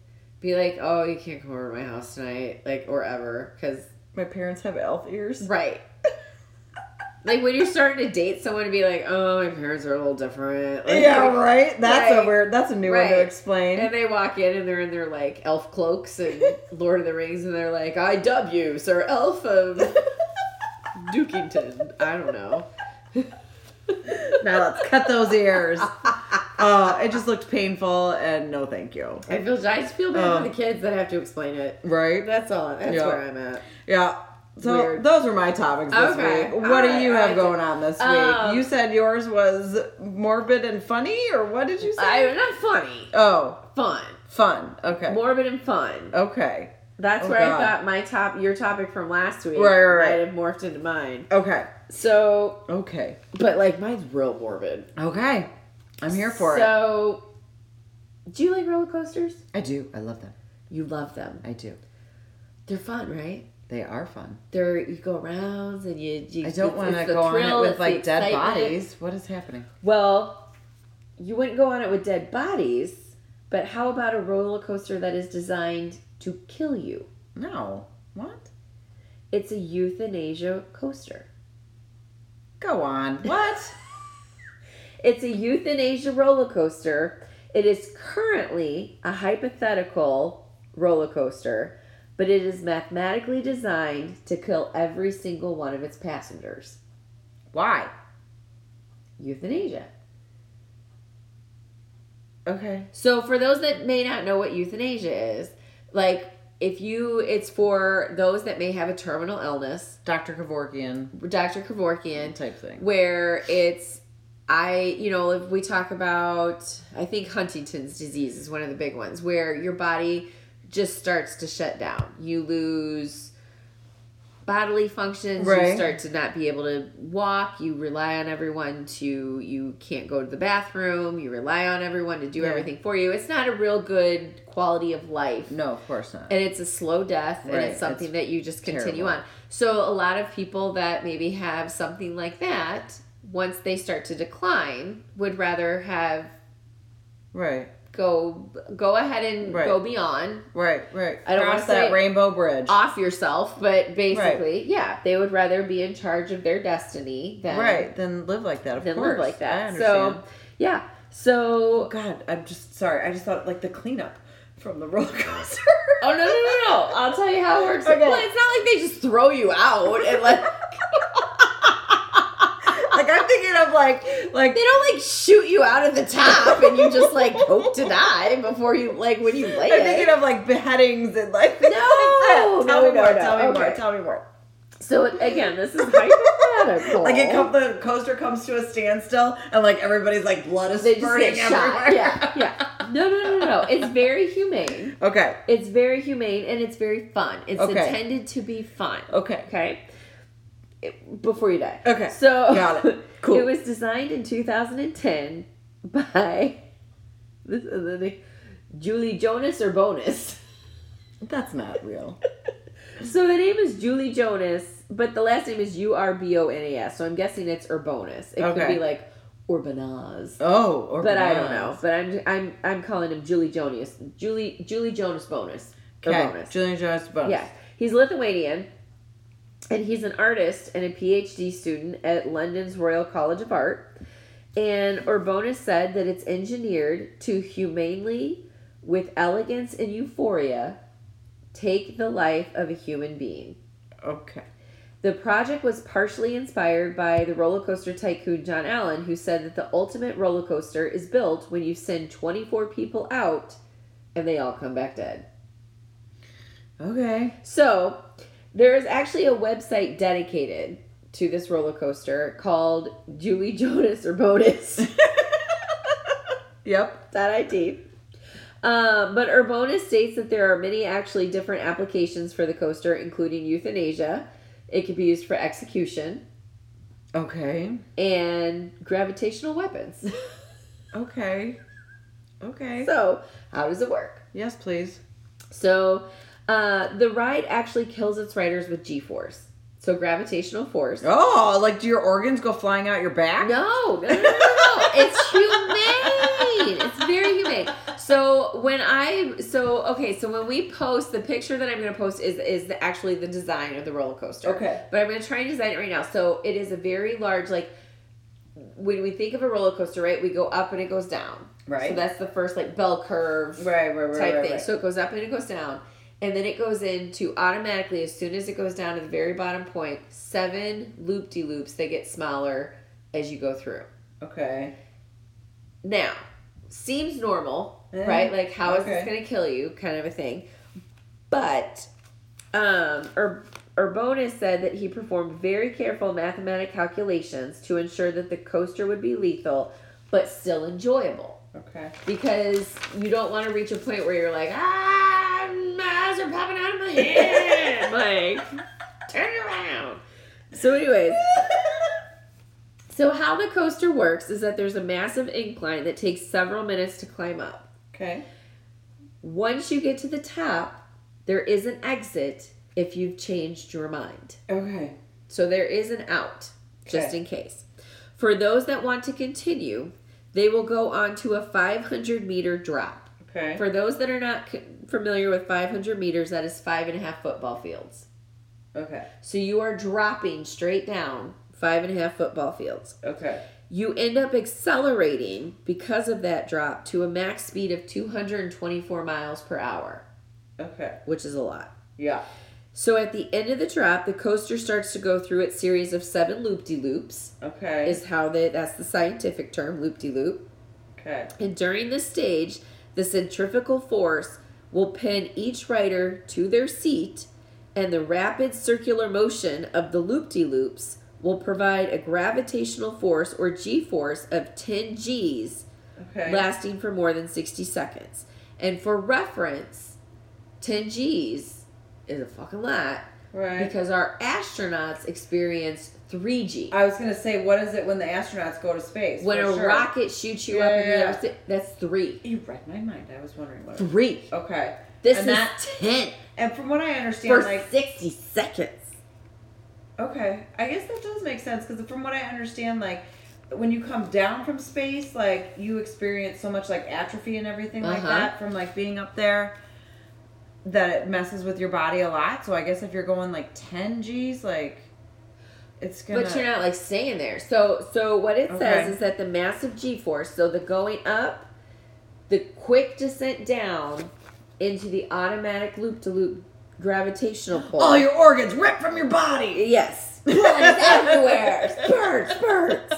A: Be like, oh, you can't come over to my house tonight, like, or ever, because
B: my parents have elf ears
A: right. like when you're starting to date someone, to be like, oh, my parents are a little different. Like,
B: yeah, right. That's
A: Right.
B: a weird. That's a new one to
A: Right.
B: explain.
A: And they walk in and they're in their like elf cloaks and Lord of the Rings, and they're like, I dub you, Sir Elf of Dukington. I don't know.
B: now let's cut those ears. Oh, it just looked painful, and no, thank you.
A: I feel I just feel bad
B: Oh.
A: for the kids that have to explain it.
B: Right?
A: That's all. That's
B: Yeah.
A: where I'm at.
B: Yeah. So
A: Weird.
B: those are my topics this
A: Okay.
B: week. What
A: All
B: do
A: right,
B: you
A: all
B: have
A: right.
B: going on this week?
A: Um,
B: you said yours was morbid and funny, or what did you say?
A: I not funny,
B: oh,
A: fun,
B: fun. Okay.
A: morbid and fun.
B: okay.
A: That's
B: Oh,
A: where
B: God.
A: I thought my top, your topic from last week,
B: Right, right, right.
A: might have morphed into mine.
B: Okay.
A: So,
B: Okay.
A: but like mine's real morbid.
B: Okay. I'm here for it.
A: So, do you like roller coasters?
B: I do. I love them.
A: You love them.
B: I do.
A: They're fun, right?
B: They are fun.
A: They're you go rounds and you. you
B: I don't
A: it's-
B: want to
A: it's the
B: go on it
A: thrill,
B: with
A: it's the
B: like dead
A: excitement.
B: bodies. What is happening?
A: Well, you wouldn't go on it with dead bodies, but how about a roller coaster that is designed to kill you?
B: No. What?
A: It's a euthanasia coaster.
B: Go on. What?
A: It's a euthanasia roller coaster. It is currently a hypothetical roller coaster, but it is mathematically designed to kill every single one of its passengers.
B: Why?
A: Euthanasia.
B: Okay.
A: So for those that may not know what euthanasia is, like if you it's for those that may have a terminal illness,
B: Dr. Kevorkian
A: Dr. Kevorkian,
B: type thing.
A: where it's I, you know, if we talk about I think Huntington's disease is one of the big ones where your body just starts to shut down. You lose bodily functions,
B: Right.
A: you start to not be able to walk, you rely on everyone to you can't go to the bathroom, you rely on everyone to do
B: Yeah.
A: everything for you. It's not a real good quality of life
B: No, of course not.
A: and it's a slow death and
B: Right,
A: it's something that you just continue
B: terrible.
A: on so a lot of people that maybe have something like that once they start to decline would rather have
B: Right,
A: go go ahead and
B: Right.
A: go beyond
B: right, right.
A: I don't
B: Cross
A: wanna
B: that
A: say-
B: rainbow bridge.
A: off yourself but basically yeah they would rather be in charge of their destiny than
B: right, then live like that. Of
A: than
B: course,
A: live like
B: I
A: that
B: understand. Oh,
A: so yeah so
B: God, I'm just sorry. I just thought like the cleanup from the roller coaster.
A: oh no no no no i'll tell you how it works
B: Okay.
A: well it's not like they just throw you out and like
B: like I'm thinking of like like
A: They don't like shoot you out of the top and you just like hope to die before you like when you lay
B: I'm thinking
A: it.
B: of like beheadings and like things like
A: No,
B: that. Tell
A: no,
B: me
A: no,
B: more.
A: no,
B: Tell me more.
A: okay.
B: Tell me more.
A: So again, this is hypothetical.
B: Like it comes, the coaster comes to a standstill, and like everybody's like blood is
A: they just
B: spurting
A: get shot.
B: everywhere.
A: Yeah, yeah. No, no, no, no, no. It's very humane.
B: Okay.
A: It's very humane and it's very fun. It's
B: Okay.
A: intended to be fun.
B: Okay.
A: Okay. It- before you die.
B: Okay.
A: So
B: Got it. Cool.
A: It was designed in 2010 by this is the name, Julie Jonas or Bonus.
B: That's not real.
A: So the name is Julie Jonas, but the last name is U R B O N A S. So I'm guessing it's Urbonas. It could
B: Okay.
A: be like Urbanaz.
B: Oh, or
A: But I don't know. But I'm I'm I'm calling him Julie Jonas. Julie Julie Jonas Bonus. Or
B: Okay.
A: Bonus.
B: Julian Jones bonus.
A: Yeah, he's Lithuanian, and he's an artist and a PhD student at London's Royal College of Art. And Orbonis said that it's engineered to humanely, with elegance and euphoria, take the life of a human being.
B: Okay.
A: The project was partially inspired by the roller coaster tycoon John Allen, who said that the ultimate roller coaster is built when you send 24 people out and they all come back dead.
B: Okay.
A: So there is actually a website dedicated to this roller coaster called Julie Jonas or Bonus
B: Yep.
A: dot it. Um, but Urbona states that there are many actually different applications for the coaster, including euthanasia. It could be used for execution
B: Okay.
A: and gravitational weapons.
B: Okay. Okay.
A: so, how does it work?
B: yes, please.
A: So, uh, the ride actually kills its riders with G force, so gravitational force.
B: Oh, like do your organs go flying out your back?
A: No, no, no, no, no, no. It's humane. It's very humane. So when I so okay, so when we post the picture that I'm going to post is is the, actually the design of the roller coaster.
B: Okay.
A: But I'm going to try and design it right now. So it is a very large like when we think of a roller coaster, right? We go up and it goes down.
B: Right.
A: So that's the first like bell curve
B: Right, right, right,
A: type
B: right,
A: thing.
B: right.
A: So it goes up and it goes down. And then it goes into automatically, as soon as it goes down to the very bottom point, seven loop de loops. They get smaller as you go through.
B: Okay.
A: Now, seems normal,
B: Eh,
A: right? Like, how is this
B: okay.
A: going to kill you? Kind of a thing. But, um, Ur- Urbonis said that he performed very careful mathematic calculations to ensure that the coaster would be lethal, but still enjoyable
B: Okay.
A: because you don't want to reach a point where you're like, ah, my eyes are popping out of my head. like, turn around. So, anyways, so how the coaster works is that there's a massive incline that takes several minutes to climb up.
B: Okay.
A: Once you get to the top, there is an exit if you've changed your mind.
B: Okay.
A: So there is an out, just
B: Okay.
A: in case. For those that want to continue, they will go on to a 500 meter drop.
B: Okay.
A: For those that are not c- familiar with 500 meters, that is five and a half football fields.
B: okay.
A: So you are dropping straight down five and a half football fields.
B: Okay.
A: You end up accelerating because of that drop to a max speed of 224 miles per hour,
B: Okay.
A: which is a lot.
B: Yeah.
A: So at the end of the drop, the coaster starts to go through its series of seven loop de loops,
B: Okay.
A: is how they, that's the scientific term, loop de loop.
B: okay.
A: And during this stage, the centrifugal force will pin each rider to their seat, and the rapid circular motion of the loop de loops will provide a gravitational force or g force of 10 G's
B: Okay.
A: lasting for more than 60 seconds. And for reference, 10 G's is a fucking lot
B: right.
A: because our astronauts experience 3 G.
B: I was gonna say, what is it when the astronauts go to space?
A: When
B: For
A: a
B: sure.
A: rocket shoots you
B: Yeah,
A: up in
B: yeah,
A: the
B: yeah.
A: air, that's 3.
B: You read my mind. I was wondering what. It
A: 3.
B: Okay.
A: This
B: And
A: is
B: that-
A: 10
B: And from what I understand,
A: for
B: like
A: 60 seconds.
B: okay, I guess that does make sense because from what I understand, like when you come down from space, like you experience so much like atrophy and everything like
A: Uh-huh.
B: that from like being up there that it messes with your body a lot. So I guess if you're going like ten G's, like it's gonna.
A: But you're not like staying there. So so what it says
B: Okay.
A: is that the massive G force, so the going up, the quick descent down into the automatic loop to loop gravitational pull.
B: all your organs ripped from your body.
A: yes. Oh, Pulling everywhere. Spurts, spurts.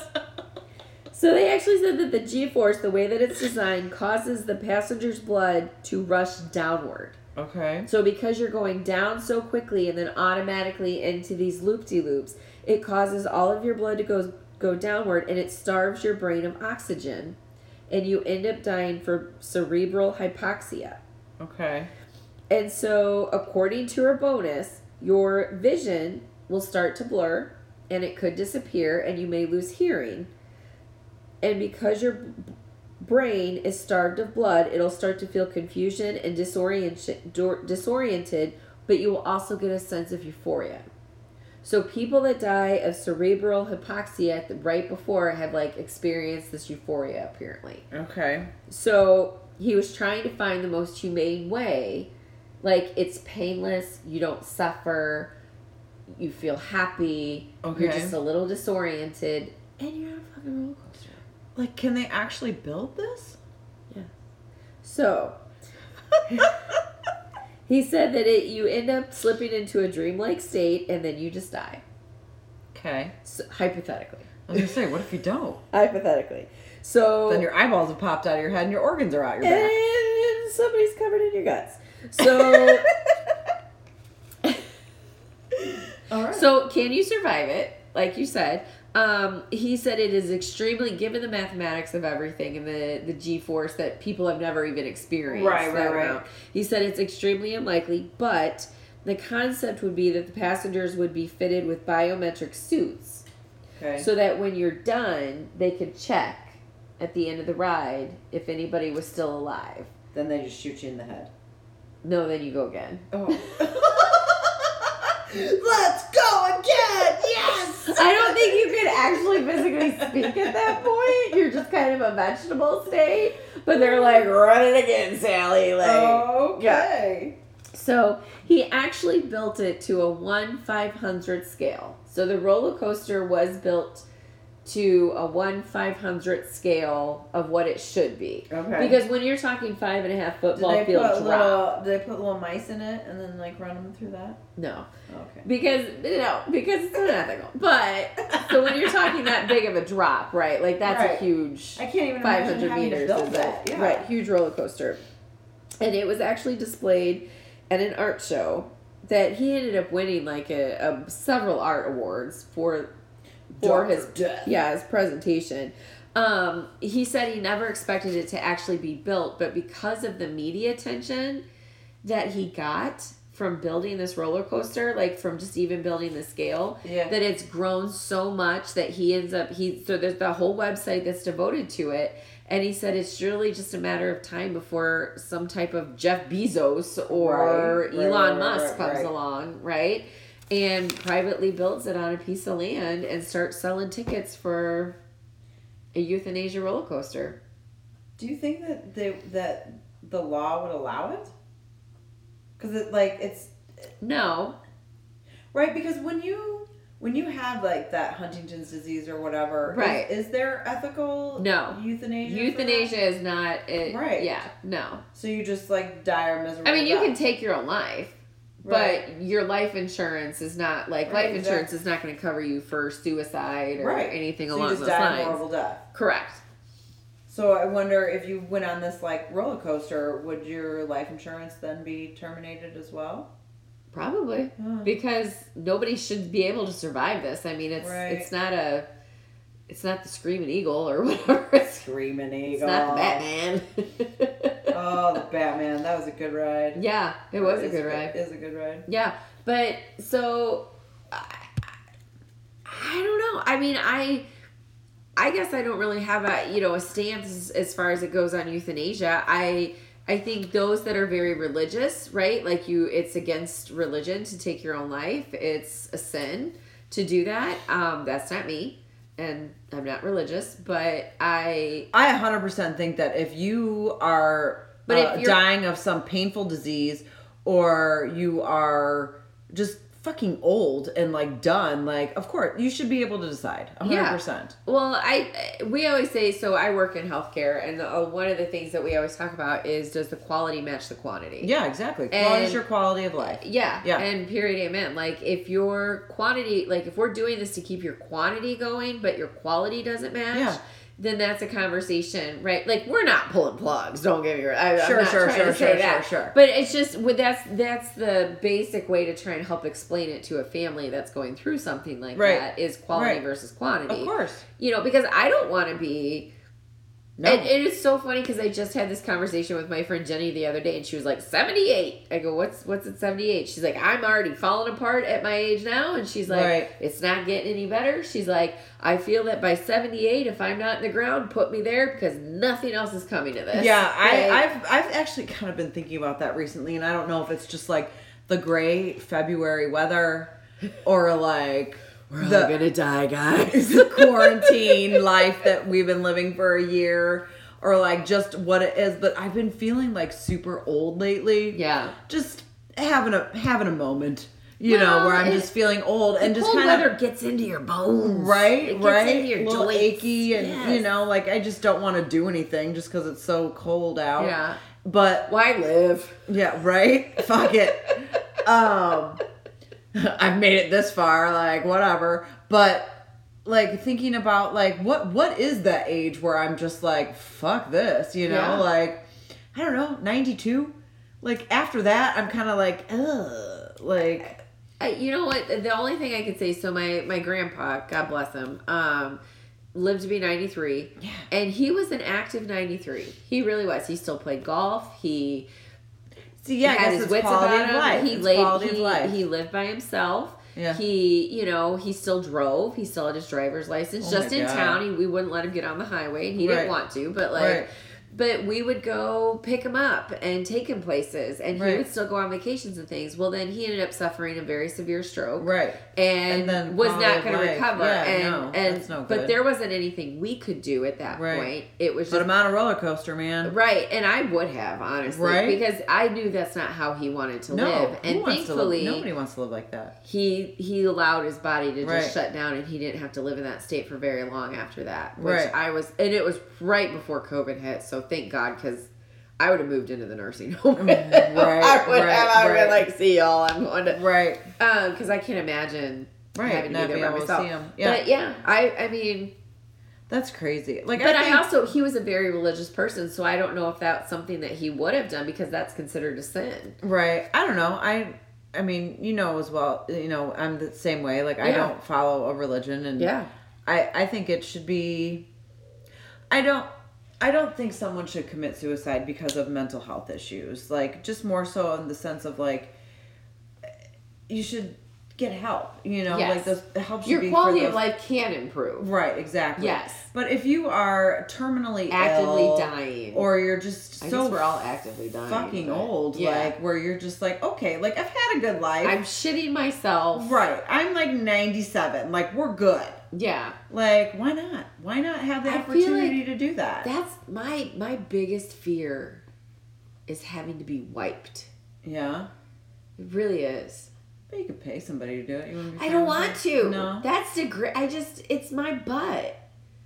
A: So they actually said that the G force, the way that it's designed, causes the passenger's blood to rush downward.
B: Okay.
A: So because you're going down so quickly and then automatically into these loop-de-loops, it causes all of your blood to go go downward and it starves your brain of oxygen and you end up dying from cerebral hypoxia.
B: Okay.
A: And so, according to her bonus, your vision will start to blur and it could disappear, and you may lose hearing. And because your b- brain is starved of blood, it'll start to feel confusion and disorient- dor- disoriented, but you will also get a sense of euphoria. So, people that die of cerebral hypoxia at the- right before have like experienced this euphoria apparently.
B: Okay.
A: So he was trying to find the most humane way. Like it's painless, you don't suffer, you feel happy, you're
B: Okay.
A: just a little disoriented, and you're on a fucking roller coaster.
B: Like, can they actually build this?
A: So he said that it you end up slipping into a dreamlike state and then you just die.
B: okay.
A: So, hypothetically.
B: I was gonna say, what if you don't?
A: Hypothetically. So
B: Then your eyeballs have popped out of your head and your organs are out your back.
A: and somebody's covered in your guts. So
B: All right.
A: So, can you survive it? Like you said, um, he said it is extremely given the mathematics of everything and the the g force that people have never even experienced.
B: Right, right,
A: that
B: right.
A: amount. He said it's extremely unlikely, but the concept would be that the passengers would be fitted with biometric suits
B: okay.
A: so that when you're done, they could check at the end of the ride if anybody was still alive.
B: then they just shoot you in the head.
A: No, then you go again.
B: Oh. Let's go again! Yes!
A: I don't think you could actually physically speak at that point. You're just kind of a vegetable state. But they're like, run it again, Sally. Like,
C: Oh.
B: Okay.
A: so he actually built it to a one five hundred scale. So the roller coaster was built to a one five hundred scale of what it should be.
B: Okay.
A: Because when you're talking five and a half
C: Did
A: football
C: they
A: field
C: put
A: drop,
C: little? Did they put little mice in it and then like run them through that?
A: no,
C: Okay.
A: because no, because it's unethical. But so when you're talking that big of a drop, right? Like that's
C: Right.
A: a huge.
C: I can't even
A: five
C: imagine
A: hundred
C: having to
A: meters
C: build
A: is
C: that.
A: that
C: Yeah.
A: right huge roller coaster, and it was actually displayed at an art show that he ended up winning like a, a several art awards for for his
B: death.
A: yeah his presentation. Um, he said he never expected it to actually be built, but because of the media attention that he got from building this roller coaster, like from just even building the scale,
C: Yeah.
A: that it's grown so much that he ends up he so there's the whole website that's devoted to it and he said it's really just a matter of time before some type of Jeff Bezos or
B: Right, right,
A: Elon
B: right,
A: Musk
B: right,
A: comes
B: right.
A: along, right? And privately builds it on a piece of land and starts selling tickets for a euthanasia roller coaster.
C: Do you think that they, that the law would allow it? Because it like it's
A: No,
C: right because when you when you have like that Huntington's disease or whatever, is-
A: Right.
C: Is, there ethical
A: No.
C: euthanasia? for that?
A: euthanasia is not it.
C: Right.
A: Yeah. No.
C: So you just like die a miserable.
A: I mean, you
C: death.
A: can take your own life,
C: Right.
A: but your life insurance is not like
C: Right,
A: life insurance is not going to cover you for suicide or
C: Right.
A: anything
C: so
A: along
C: you just
A: those
C: die a
A: lines.
C: horrible death.
A: Correct.
C: So I wonder if you went on this like roller coaster, would your life insurance then be terminated as well?
A: Probably because nobody should be able to survive this. I mean, it's
C: Right.
A: it's not a it's not the screaming eagle or whatever. It's,
C: Screaming eagle.
A: it's not the Batman.
C: oh, the Batman. That was a good ride.
A: yeah, it was a
C: Is
A: good ride.
C: It is a good ride.
A: Yeah, but so I, I don't know. I mean, I I guess I don't really have a you know a stance as, as far as it goes on euthanasia. I I think those that are very religious, right? Like you, it's against religion to take your own life. It's a sin to do that. Um, that's not me, and I'm not religious, but I
B: I 100% think that if you are
A: But if
B: uh,
A: you're-
B: dying of some painful disease or you are just fucking old and like done, like, of course, you should be able to decide. 100%.
A: Well, I we always say so. I work in healthcare, and the, uh, one of the things that we always talk about is does the quality match the quantity?
B: Yeah, exactly. Quality
A: And-
B: is your quality of life.
A: Yeah,
B: Yeah.
A: and period, amen. Like if your quantity, like if we're doing this to keep your quantity going, but your quality doesn't match,
B: Yeah.
A: then that's a conversation, right? Like we're not pulling plugs. Don't get me wrong. I,
B: Sure,
A: I'm not
B: sure,
A: trying to
B: sure,
A: say
B: sure,
A: that.
B: sure, sure.
A: But it's just with that's that's the basic way to try and help explain it to a family that's going through something like
B: Right.
A: that is quality
B: Right.
A: versus quantity
B: Of course.
A: you know because i don't want to be
B: No.
A: And it is so funny because I just had this conversation with my friend Jenny the other day, and she was like, "78." I go, "What's what's at 78?" She's like, "I'm already falling apart at my age now," and she's like,
B: Right.
A: "It's not getting any better." She's like, "I feel that by 78, if I'm not in the ground, put me there because nothing else is coming to this."
B: Yeah,
A: Like,
B: I, I've I've actually kind of been thinking about that recently, and I don't know if it's just like the gray February weather, or like
A: we're all
B: the
A: gonna die, guys.
B: the quarantine life that we've been living for a year, or like just what it is. But I've been feeling like super old lately.
A: yeah.
B: just having a having a moment, you know,
A: Well,
B: where I'm
A: it-
B: just feeling old and just
A: cold
B: kind
A: weather
B: of.
A: gets into your bones,
B: Right,
A: It gets
B: right.
A: into your
B: a little
A: joints.
B: achy, and you
A: Yes.
B: know, like I just don't want to do anything just because it's so cold out.
A: Yeah.
B: But
A: Why live?
B: yeah, right? Fuck it. Um I've made it this far, like whatever. But like thinking about like what what is that age where I'm just like, fuck this, you know?
A: Yeah.
B: Like I don't know, ninety two? Like after that I'm kinda like, ugh like
A: I, you know what? The only thing I could say. So my my grandpa, God bless him, um, lived to be ninety three.
B: Yeah.
A: And he was an active ninety three. He really was. He still played golf. He
B: see yeah, I
A: had
B: guess
A: his
B: it's
A: wits
B: quality
A: about
B: of
A: him.
B: life.
A: He
B: It's
A: laid.
B: quality of
A: He,
B: life.
A: he lived by himself.
B: Yeah.
A: He, you know, he still drove. He still had his driver's license.
B: Oh
A: Just
B: my
A: in
B: God.
A: town, he, we wouldn't let him get on the highway, and he
B: Right.
A: didn't want to. But like,
B: Right.
A: but we would go pick him up and take him places, and
B: Right.
A: he would still go on vacations and things. Well, then he ended up suffering a very severe stroke
B: Right.
A: and,
B: And then
A: was
B: quality
A: not
B: of
A: going to
B: life.
A: recover.
B: Yeah,
A: and
B: no,
A: and
B: that's no
A: but
B: good.
A: there wasn't anything we could do at that
B: Right.
A: point. It was
B: But
A: just
B: I'm on a roller coaster, man.
A: right, and I would have honestly
B: Right.
A: because I knew that's not how he wanted to
B: No,
A: live,
B: who
A: and
B: wants to
A: thankfully
B: live? nobody wants to live like that.
A: he he allowed his body to
B: Right.
A: just shut down, and he didn't have to live in that state for very long after that. Which
B: Right.
A: I was, and it was right before COVID hit, so thank God because. I would have moved into the nursing home. right, I would
B: Mm, right,
A: have. I would have been
B: right.
A: like, see y'all. I'm going to
B: Right.
A: um, because I can't imagine
B: Right,
A: having to
B: not
A: be
B: being
A: there by
B: able to
A: myself.
B: see 'em. Yeah.
A: But yeah, I I mean,
B: That's crazy. Like
A: but
B: I,
A: I,
B: think,
A: also he was a very religious person, so I don't know if that's something that he would have done because that's considered a sin.
B: Right. I don't know. I I mean, you know as well, you know, I'm the same way. Like I
A: Yeah.
B: don't follow a religion and
A: Yeah.
B: I I think it should be I don't I don't think someone should commit suicide because of mental health issues. Like just more so in the sense of like you should get help, you know, like
A: Yes.
B: this help should be
A: Your
B: for
A: quality of
B: those-
A: life can improve.
B: Right, exactly.
A: Yes.
B: But if you are terminally
A: Actively
B: ill,
A: dying.
B: or you're just
A: I
B: so
A: guess we're all actively dying.
B: fucking
A: but-
B: old,
A: Yeah.
B: like where you're just like, okay, like I've had a good life.
A: I'm shitting myself.
B: right. I'm like 97. Like we're good.
A: Yeah.
B: Like why not? Why not have the
A: I feel
B: opportunity to do that?
A: That's my my biggest fear is having to be wiped.
B: yeah.
A: It really is.
B: But you could pay somebody to do it. You wanna be
A: I
B: friends
A: don't
B: with
A: want
B: it?
A: to.
B: No.
A: That's the great. I just it's my butt.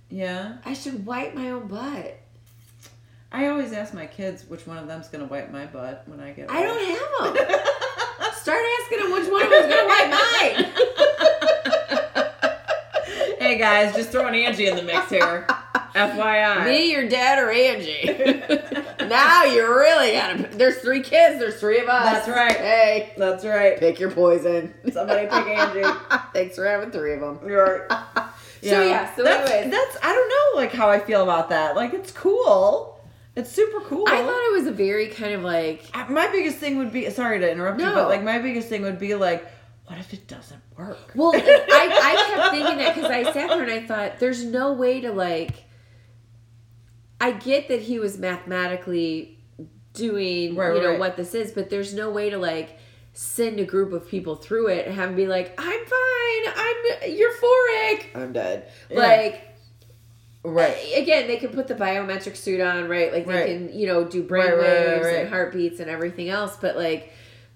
B: yeah.
A: I should wipe my own butt.
B: I always ask my kids which one of them's gonna wipe my butt when I get.
A: I
B: old.
A: don't have them. Start asking them which one of them's gonna wipe mine.
B: hey guys, just throwing Angie in the mix here. FYI.
A: Me, your dad, or Angie. now you really gotta. There's three kids. There's three of us.
B: That's right.
A: Hey,
B: That's right.
A: pick your poison.
B: Somebody pick Angie.
A: Thanks for having three of them.
B: You're
A: So yeah. So
B: that's,
A: anyways,
B: that's I don't know like how I feel about that. Like it's cool. It's super cool.
A: I thought it was a very kind of like.
B: I- my biggest thing would be sorry to interrupt you,
A: No.
B: but like my biggest thing would be like, what if it doesn't work?
A: Well, I, I kept thinking that because I sat there and I thought, there's no way to like. I get that he was mathematically doing,
B: Right,
A: you know,
B: right.
A: what this is, but there's no way to like send a group of people through it and have them be like, I'm fine, I'm euphoric, I'm dead.
B: Yeah.
A: Like,
B: Right.
A: again, they can put the biometric suit on, right? Like
B: Right.
A: they can, you know, do brain
B: Right, right, right,
A: waves
B: right.
A: and heartbeats and everything else, but like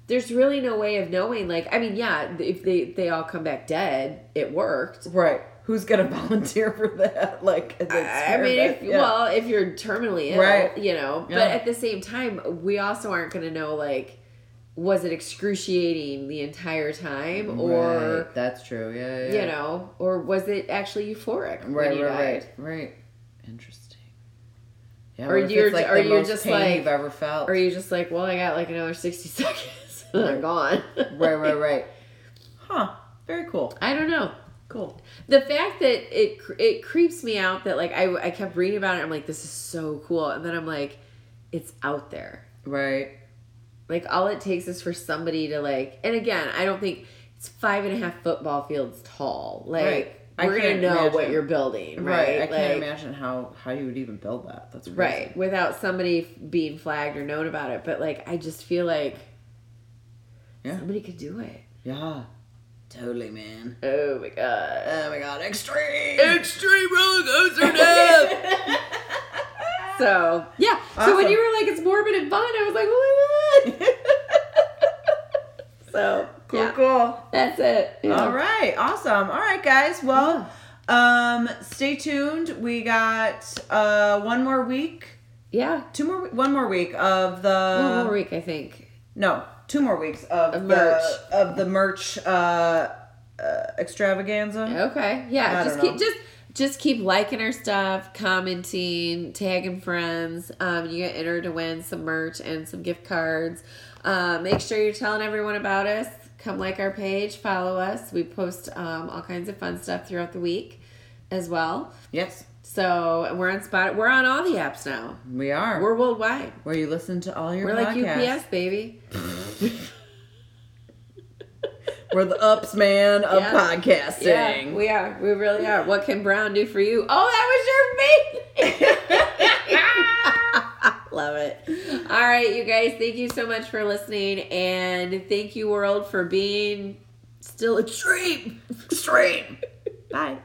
A: there's really no way of knowing like I mean, yeah, if they they all come back dead, it worked.
B: Right. Who's gonna volunteer for that? Like it's
A: I I mean, if well, if you're terminally ill,
B: Right.
A: you know, but
B: Yeah.
A: at the same time, we also aren't going to know like was it excruciating the entire time or
B: that's true. Yeah,
A: you know, or was it actually euphoric when
B: Right,
A: he
B: right,
A: died?
B: right. Right. Interesting. Yeah,
A: Or
B: what if it's,
A: you're-
B: like
A: or
B: the
A: you're
B: most
A: just
B: pain
A: like-
B: you've ever felt.
A: Or are you just like, well, I got like another 60 seconds and I'm gone?
B: right, right, right. Huh. Very cool.
A: I don't know.
B: Cool.
A: the fact that it cr- it creeps me out that like I I kept reading about it. I'm like, this is so cool, and then I'm like, it's out there.
B: Right.
A: Like all it takes is for somebody to like. And again, I don't think it's five and a half football fields tall. Like
B: Right. I
A: we're gonna
B: can't
A: know what
B: imagine.
A: you're building,
B: Right.
A: right?
B: I can't
A: Like,
B: imagine how how you would even build that. That's crazy.
A: Right, without somebody f- being flagged or known about it. But like, I just feel like
B: Yeah.
A: somebody could do it.
B: Yeah. Totally, man.
A: Oh my god.
B: Oh my god, extreme.
A: Extreme roller coaster now. so yeah. So when
B: Awesome.
A: you were like, it's morbid and fun, I was like, oh my god. so
B: cool,
A: yeah,
B: cool.
A: that's it. Yeah.
B: All right, awesome. All right, guys. Well, um, stay tuned. We got uh one more week,
A: Yeah.
B: two more, one more week of the
A: One more week, I think.
B: no, two more weeks of,
A: Of
B: the
A: merch.
B: of the merch uh, uh extravaganza.
A: Okay. Yeah.
B: I
A: just
B: don't
A: keep just just keep liking our stuff, commenting, tagging friends. Um, you get entered to win some merch and some gift cards. Uh, make sure you're telling everyone about us. Come like our page, follow us. We post um, all kinds of fun stuff throughout the week as well.
B: Yes,
A: So and we're on spot. We're on all the apps now.
B: we are.
A: We're worldwide.
B: where you listen to all your
A: We're like
B: podcasts.
A: UPS, baby.
B: We're the ups man of
A: Yeah.
B: podcasting.
A: Yeah, we are. We really are. What can Brown do for you? Oh, that was your favorite. Love it. All right, you guys. Thank you so much for listening, and thank you, world, for being still a dream.
B: extreme. Bye.